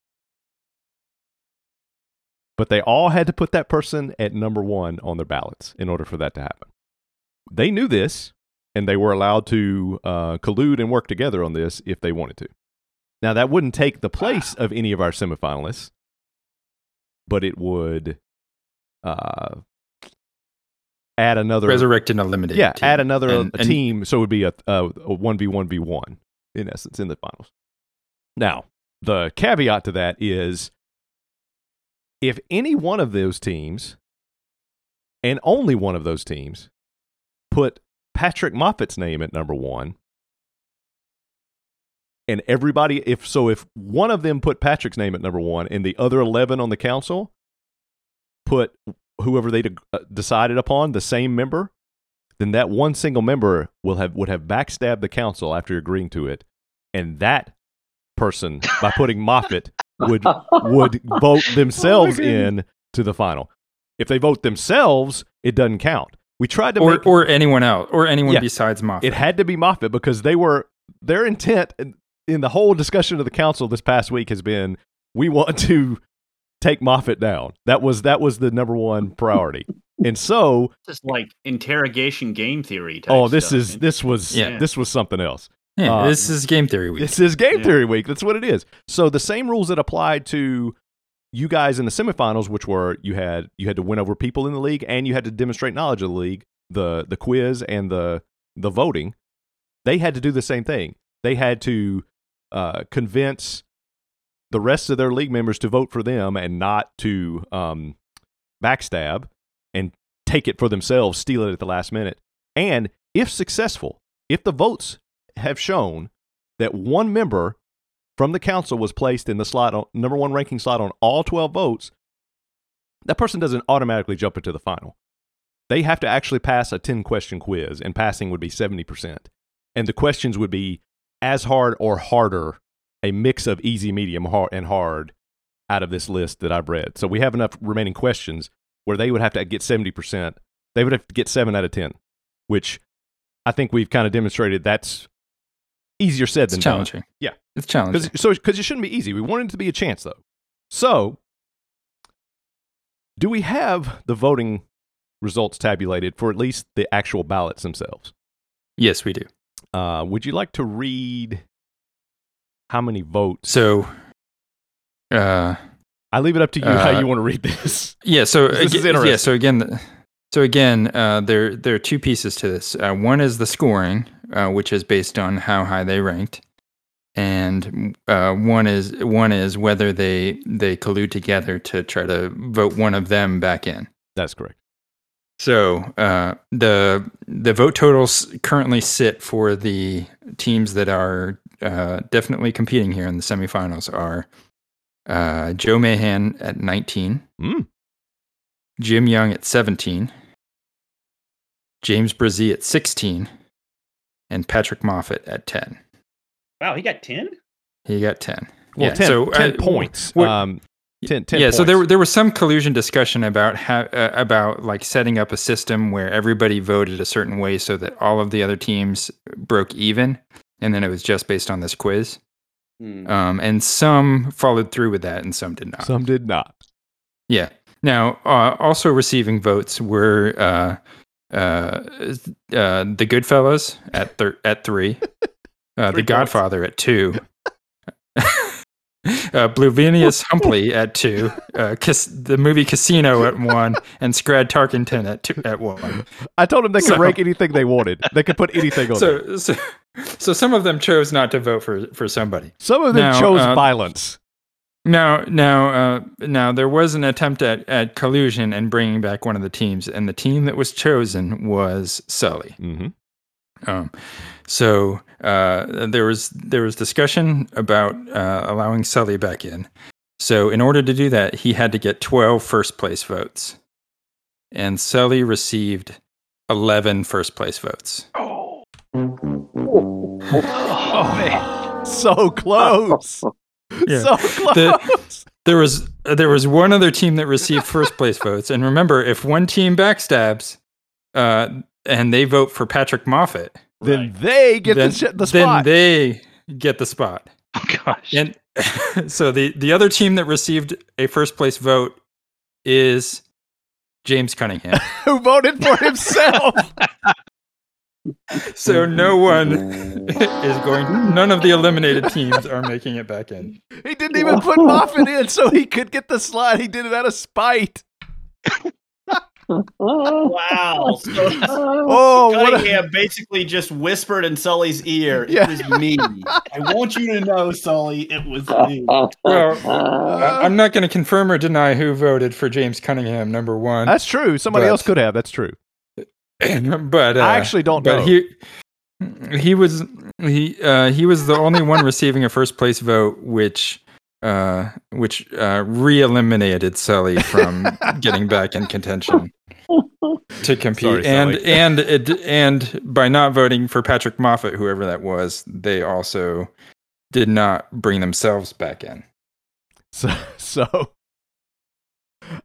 But they all had to put that person at number one on their ballots in order for that to happen. They knew this, and they were allowed to uh, collude and work together on this if they wanted to. Now, that wouldn't take the place of any of our semifinalists, but it would uh, add another Resurrected and eliminated. yeah, team. add another And- and- team, so it would be a a one v one v one in essence in the finals. Now, the caveat to that is, if any one of those teams, and only one of those teams, put Patrick Moffat's name at number one, and everybody, if so, if one of them put Patrick's name at number one, and the other eleven on the council put whoever they de- uh, decided upon the same member then that one single member will have would have backstabbed the council after agreeing to it, and that person by putting Moffat would would vote themselves in to the final. If they vote themselves, it doesn't count. We tried to or make or anyone else, or anyone Yeah. besides Moffat. it had to be Moffat because they were their intent in, in the whole discussion of the council this past week has been we want to take Moffat down. That was that was the number one priority. And so just like interrogation game theory. Type oh this stuff. is this was Yeah. this was something else. yeah, uh, this is game theory week. This is game Yeah. theory week. That's what it is. So the same rules that applied to you guys in the semifinals, which were you had you had to win over people in the league and you had to demonstrate knowledge of the league, the the quiz and the the voting, they had to do the same thing. They had to uh, convince the rest of their league members to vote for them and not to um, backstab and take it for themselves, steal it at the last minute. And if successful, if the votes have shown that one member from the council was placed in the slot on, number one ranking slot on all 12 votes, that person doesn't automatically jump into the final. They have to actually pass a 10 question quiz, and passing would be 70%. And the questions would be as hard or harder, a mix of easy, medium, hard, and hard out of this list that I've read. So we have enough remaining questions where they would have to get 70%. They would have to get 7 out of 10, which I think we've kind of demonstrated that's easier said It's than done. challenging. Yeah. it's challenging. Cause, so because it shouldn't be easy. We wanted it to be a chance though. So do we have the voting results tabulated for at least the actual ballots themselves? Yes, we do. Uh, would you like to read how many votes? So. Uh, I leave it up to you how Uh, you want to read this. Yeah. So This is aga- yeah. interesting. So again, th- so again, uh, there there are two pieces to this. Uh, one is the scoring, uh, which is based on how high they ranked, and uh, one is one is whether they they collude together to try to vote one of them back in. That's correct. So uh, the the vote totals currently sit for the teams that are uh, definitely competing here in the semifinals are uh, Joe Mahan at 19, Mm. Jim Young at 17, James Brzee at 16, and Patrick Moffat at 10. Wow, he got ten. He got 10. Well, Yeah, 10, so, 10 uh, points. we're- Um, 10, 10 yeah, so there points. were- there was some collusion discussion about how uh, about like setting up a system where everybody voted a certain way so that all of the other teams broke even, and then it was just based on this quiz. Hmm. Um, and some followed through with that, and some did not. Some did not. Yeah. Now, uh, also receiving votes were uh, uh, uh, the Goodfellas at thir- at three, uh, Three the Godfather at two, uh, Bluvinius Humpley at two, uh, Cas- the movie Casino at one, and Scrad Tarkenton at two at one. I told them they could So- rank anything they wanted. They could put anything on there. So, so, so some of them chose not to vote for for somebody. Some of them now, chose uh, violence. Now, now, uh, now, there was an attempt at, at collusion and bringing back one of the teams, and the team that was chosen was Sully. hmm Um, so uh, there was there was discussion about uh, allowing Sully back in. So in order to do that, he had to get 12 first place votes, and Sully received 11 first place votes. Oh, So close. Yeah. So close. There was there was one other team that received first place votes, and remember, if one team backstabs, uh, and they vote for Patrick Moffat, then they get then, the, shit the then spot. they get the spot. Oh, gosh. And so the the other team that received a first place vote is James Cunningham. who voted for himself. so no Mm-hmm. one is going. None of the eliminated teams are making it back in. he didn't even put Moffat in so he could get the slot. He did it out of spite. Wow. So Oh, what a, Cunningham basically just whispered in Sully's ear, Yeah. "It was me. I want you to know, Sully, it was me." I- I'm not going to confirm or deny who voted for James Cunningham number one, that's true. Somebody But- else could have. That's true. but uh, I actually don't know. but he he was he uh, he was the only one receiving a first place vote, which uh, which uh, re eliminated Sully from getting back in contention to compete, Sorry, and Sully. and it, and by not voting for Patrick Moffat, whoever that was, they also did not bring themselves back in. So, so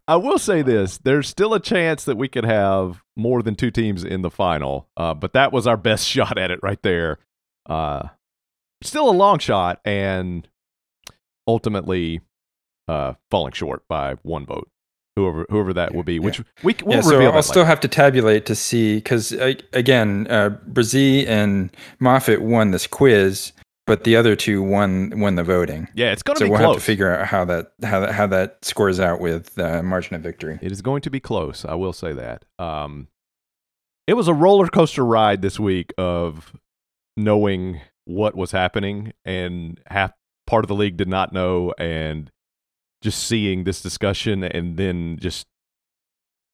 I will say this: there's still a chance that we could have more than two teams in the final, uh, but that was our best shot at it right there. Uh, still a long shot, and ultimately uh, falling short by one vote. Whoever whoever that will be, which we c- we'll yeah, so reveal. I'll that later. still have to tabulate to see because again, uh, Brzee and Moffitt won this quiz, but the other two won won the voting. yeah, it's going to So be we'll close. have to figure out how that how that how that scores out with uh, margin of victory. It is going to be close. I will say that. Um, it was a roller coaster ride this week of knowing what was happening, and half part of the league did not know, and just seeing this discussion, and then just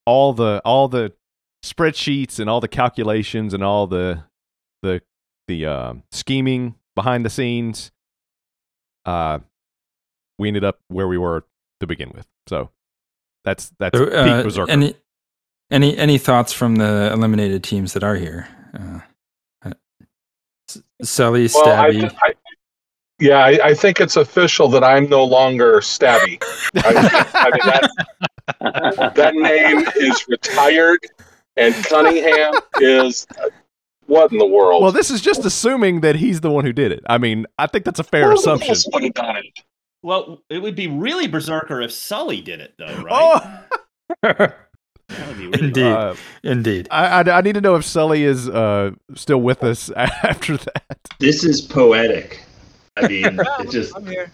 all the all the spreadsheets and all the calculations and all the the the uh, scheming behind the scenes. Uh, we ended up where we were to begin with. So that's that's So, uh, peak berserker. any any any thoughts from the eliminated teams that are here? Uh, Uh, S- Sully, Well, I, Stabby. I, yeah, I, I think it's official that I'm no longer Stabby. I, I mean, that, that name is retired, and Cunningham is what in the world? well, this is just assuming that he's the one who did it. I mean, I think that's a fair Who assumption. else would have done it? Well, it would be really berserker if Sully did it, though, right? Oh, that would be Indeed. wild. uh, Indeed. I, I I need to know if Sully is uh still with us after that. This is poetic. I mean, it just I'm here.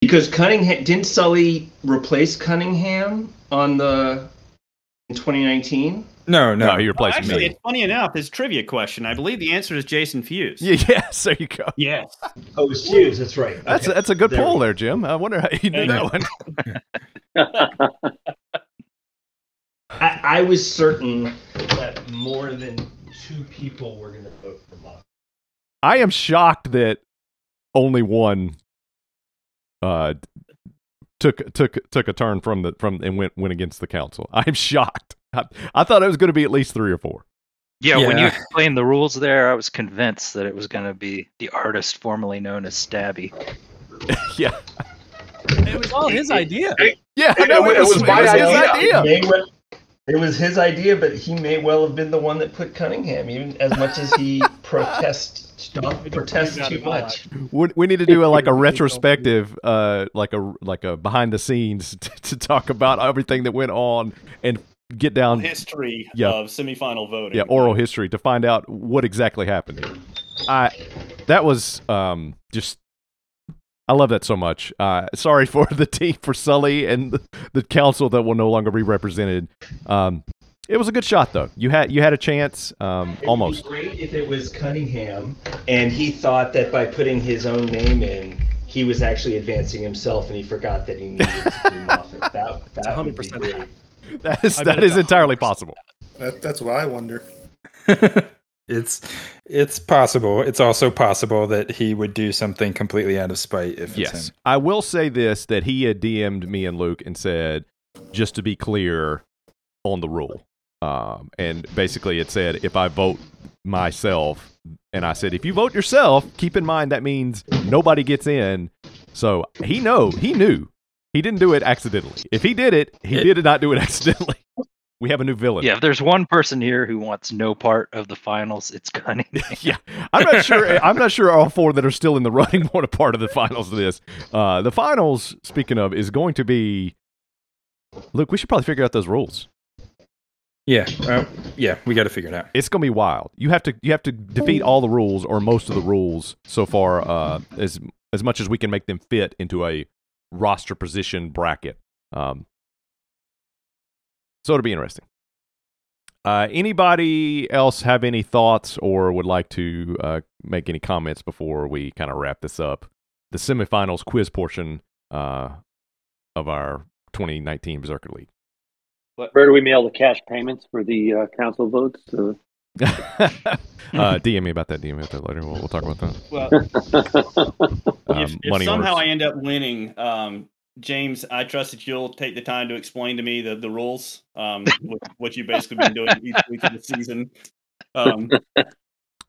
because Cunningham didn't Sully replace Cunningham on the in 2019? No, no, he replaced Actually, me. it's funny enough. His trivia question. I believe the answer is Jason Fuse. Yeah, yes, there you go. Yes. Oh, it's Hughes. That's right. That's Okay. a, that's a good There we poll go. there, Jim. I wonder how you knew Thank that you. one. I, I was certain that more than two people were going to vote for Bob. I am shocked that only one uh took took took a turn from the from and went went against the council. I'm shocked. I, I thought it was going to be at least 3 or 4. Yeah, when you Yeah. explained the rules there, I was convinced that it was going to be the artist formerly known as Stabby. yeah. It was all his idea. Yeah, I It- know, it was my his idea. May well- it was his idea, but he may well have been the one that put Cunningham, even as much as he protests stuff, protests too much. We, we need to do a, like a retrospective, uh, like a like a behind the scenes to, to talk about everything that went on and get down, History Yeah. of semifinal voting. yeah, oral history to find out what exactly happened. Here. I that was um just I love that so much. Uh, sorry for the team for Sully and the, the council that will no longer be represented. Um, it was a good shot though. You had you had a chance, um, almost. It would be great if it was Cunningham, and he thought that by putting his own name in, he was actually advancing himself, and he forgot that he needed to do nothing. That, that would be 100% great. That is I bet that it's is entirely possible. That, that's what I wonder. it's it's possible. It's also possible that he would do something completely out of spite if it's Yes. him. I will say this that he had DM'd me and Luke and said, just to be clear on the rule. Um, and basically it said, if I vote myself, and I said, if you vote yourself, keep in mind that means nobody gets in. So he know, he knew. He didn't do it accidentally. If he did it, he It- did not do it accidentally. We have a new villain. Yeah, if there's one person here who wants no part of the finals, it's Cunningham. yeah, I'm not sure. I'm not sure all four that are still in the running want a part of the finals of this. Uh, the finals, speaking of, is going to be. Look, we should probably figure out those rules. Yeah, uh, yeah, we got to figure it out. It's going to be wild. You have to you have to defeat all the rules or most of the rules so far uh, as as much as we can make them fit into a roster position bracket. Um, so it'll be interesting. Uh, anybody else have any thoughts or would like to uh, make any comments before we kind of wrap this up? The semifinals quiz portion uh, of our 2019 Berserker League. Where do we mail the cash payments for the uh, council votes? Uh, uh, DM me about that. DM me about that later. We'll, we'll talk about that. Well, Um, if, if money somehow orders. I end up winning, um, James, I trust that you'll take the time to explain to me the, the rules, um, what, what you've basically been doing each week of the season. Um,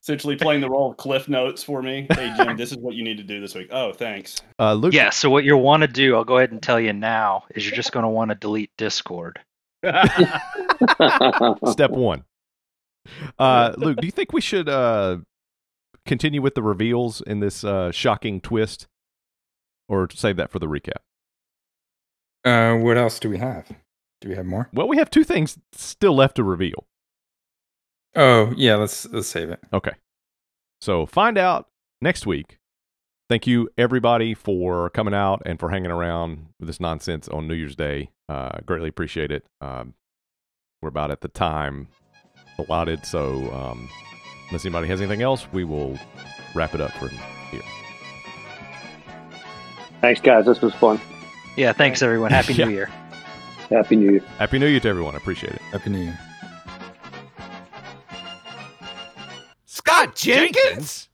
essentially playing the role of cliff notes for me. Hey, Jim, this is what you need to do this week. Oh, thanks. uh, Luke, yeah, so what you'll want to do, I'll go ahead and tell you now, is you're just going to want to delete Discord. step one. Uh, Luke, do you think we should uh, continue with the reveals in this uh, shocking twist, or save that for the recap? Uh, what else do we have? Do we have more? Well, we have two things still left to reveal. Oh yeah, let's let's save it. Okay. So find out next week. Thank you, everybody, for coming out and for hanging around with this nonsense on New Year's Day. Uh, greatly appreciate it. Um, we're about at the time allotted. So, um, unless anybody has anything else, we will wrap it up for here. Thanks, guys. This was fun. Yeah, thanks everyone. Happy Yeah. New Year. Happy New Year. Happy New Year to everyone. I appreciate it. Happy New Year. Scott Jenkins?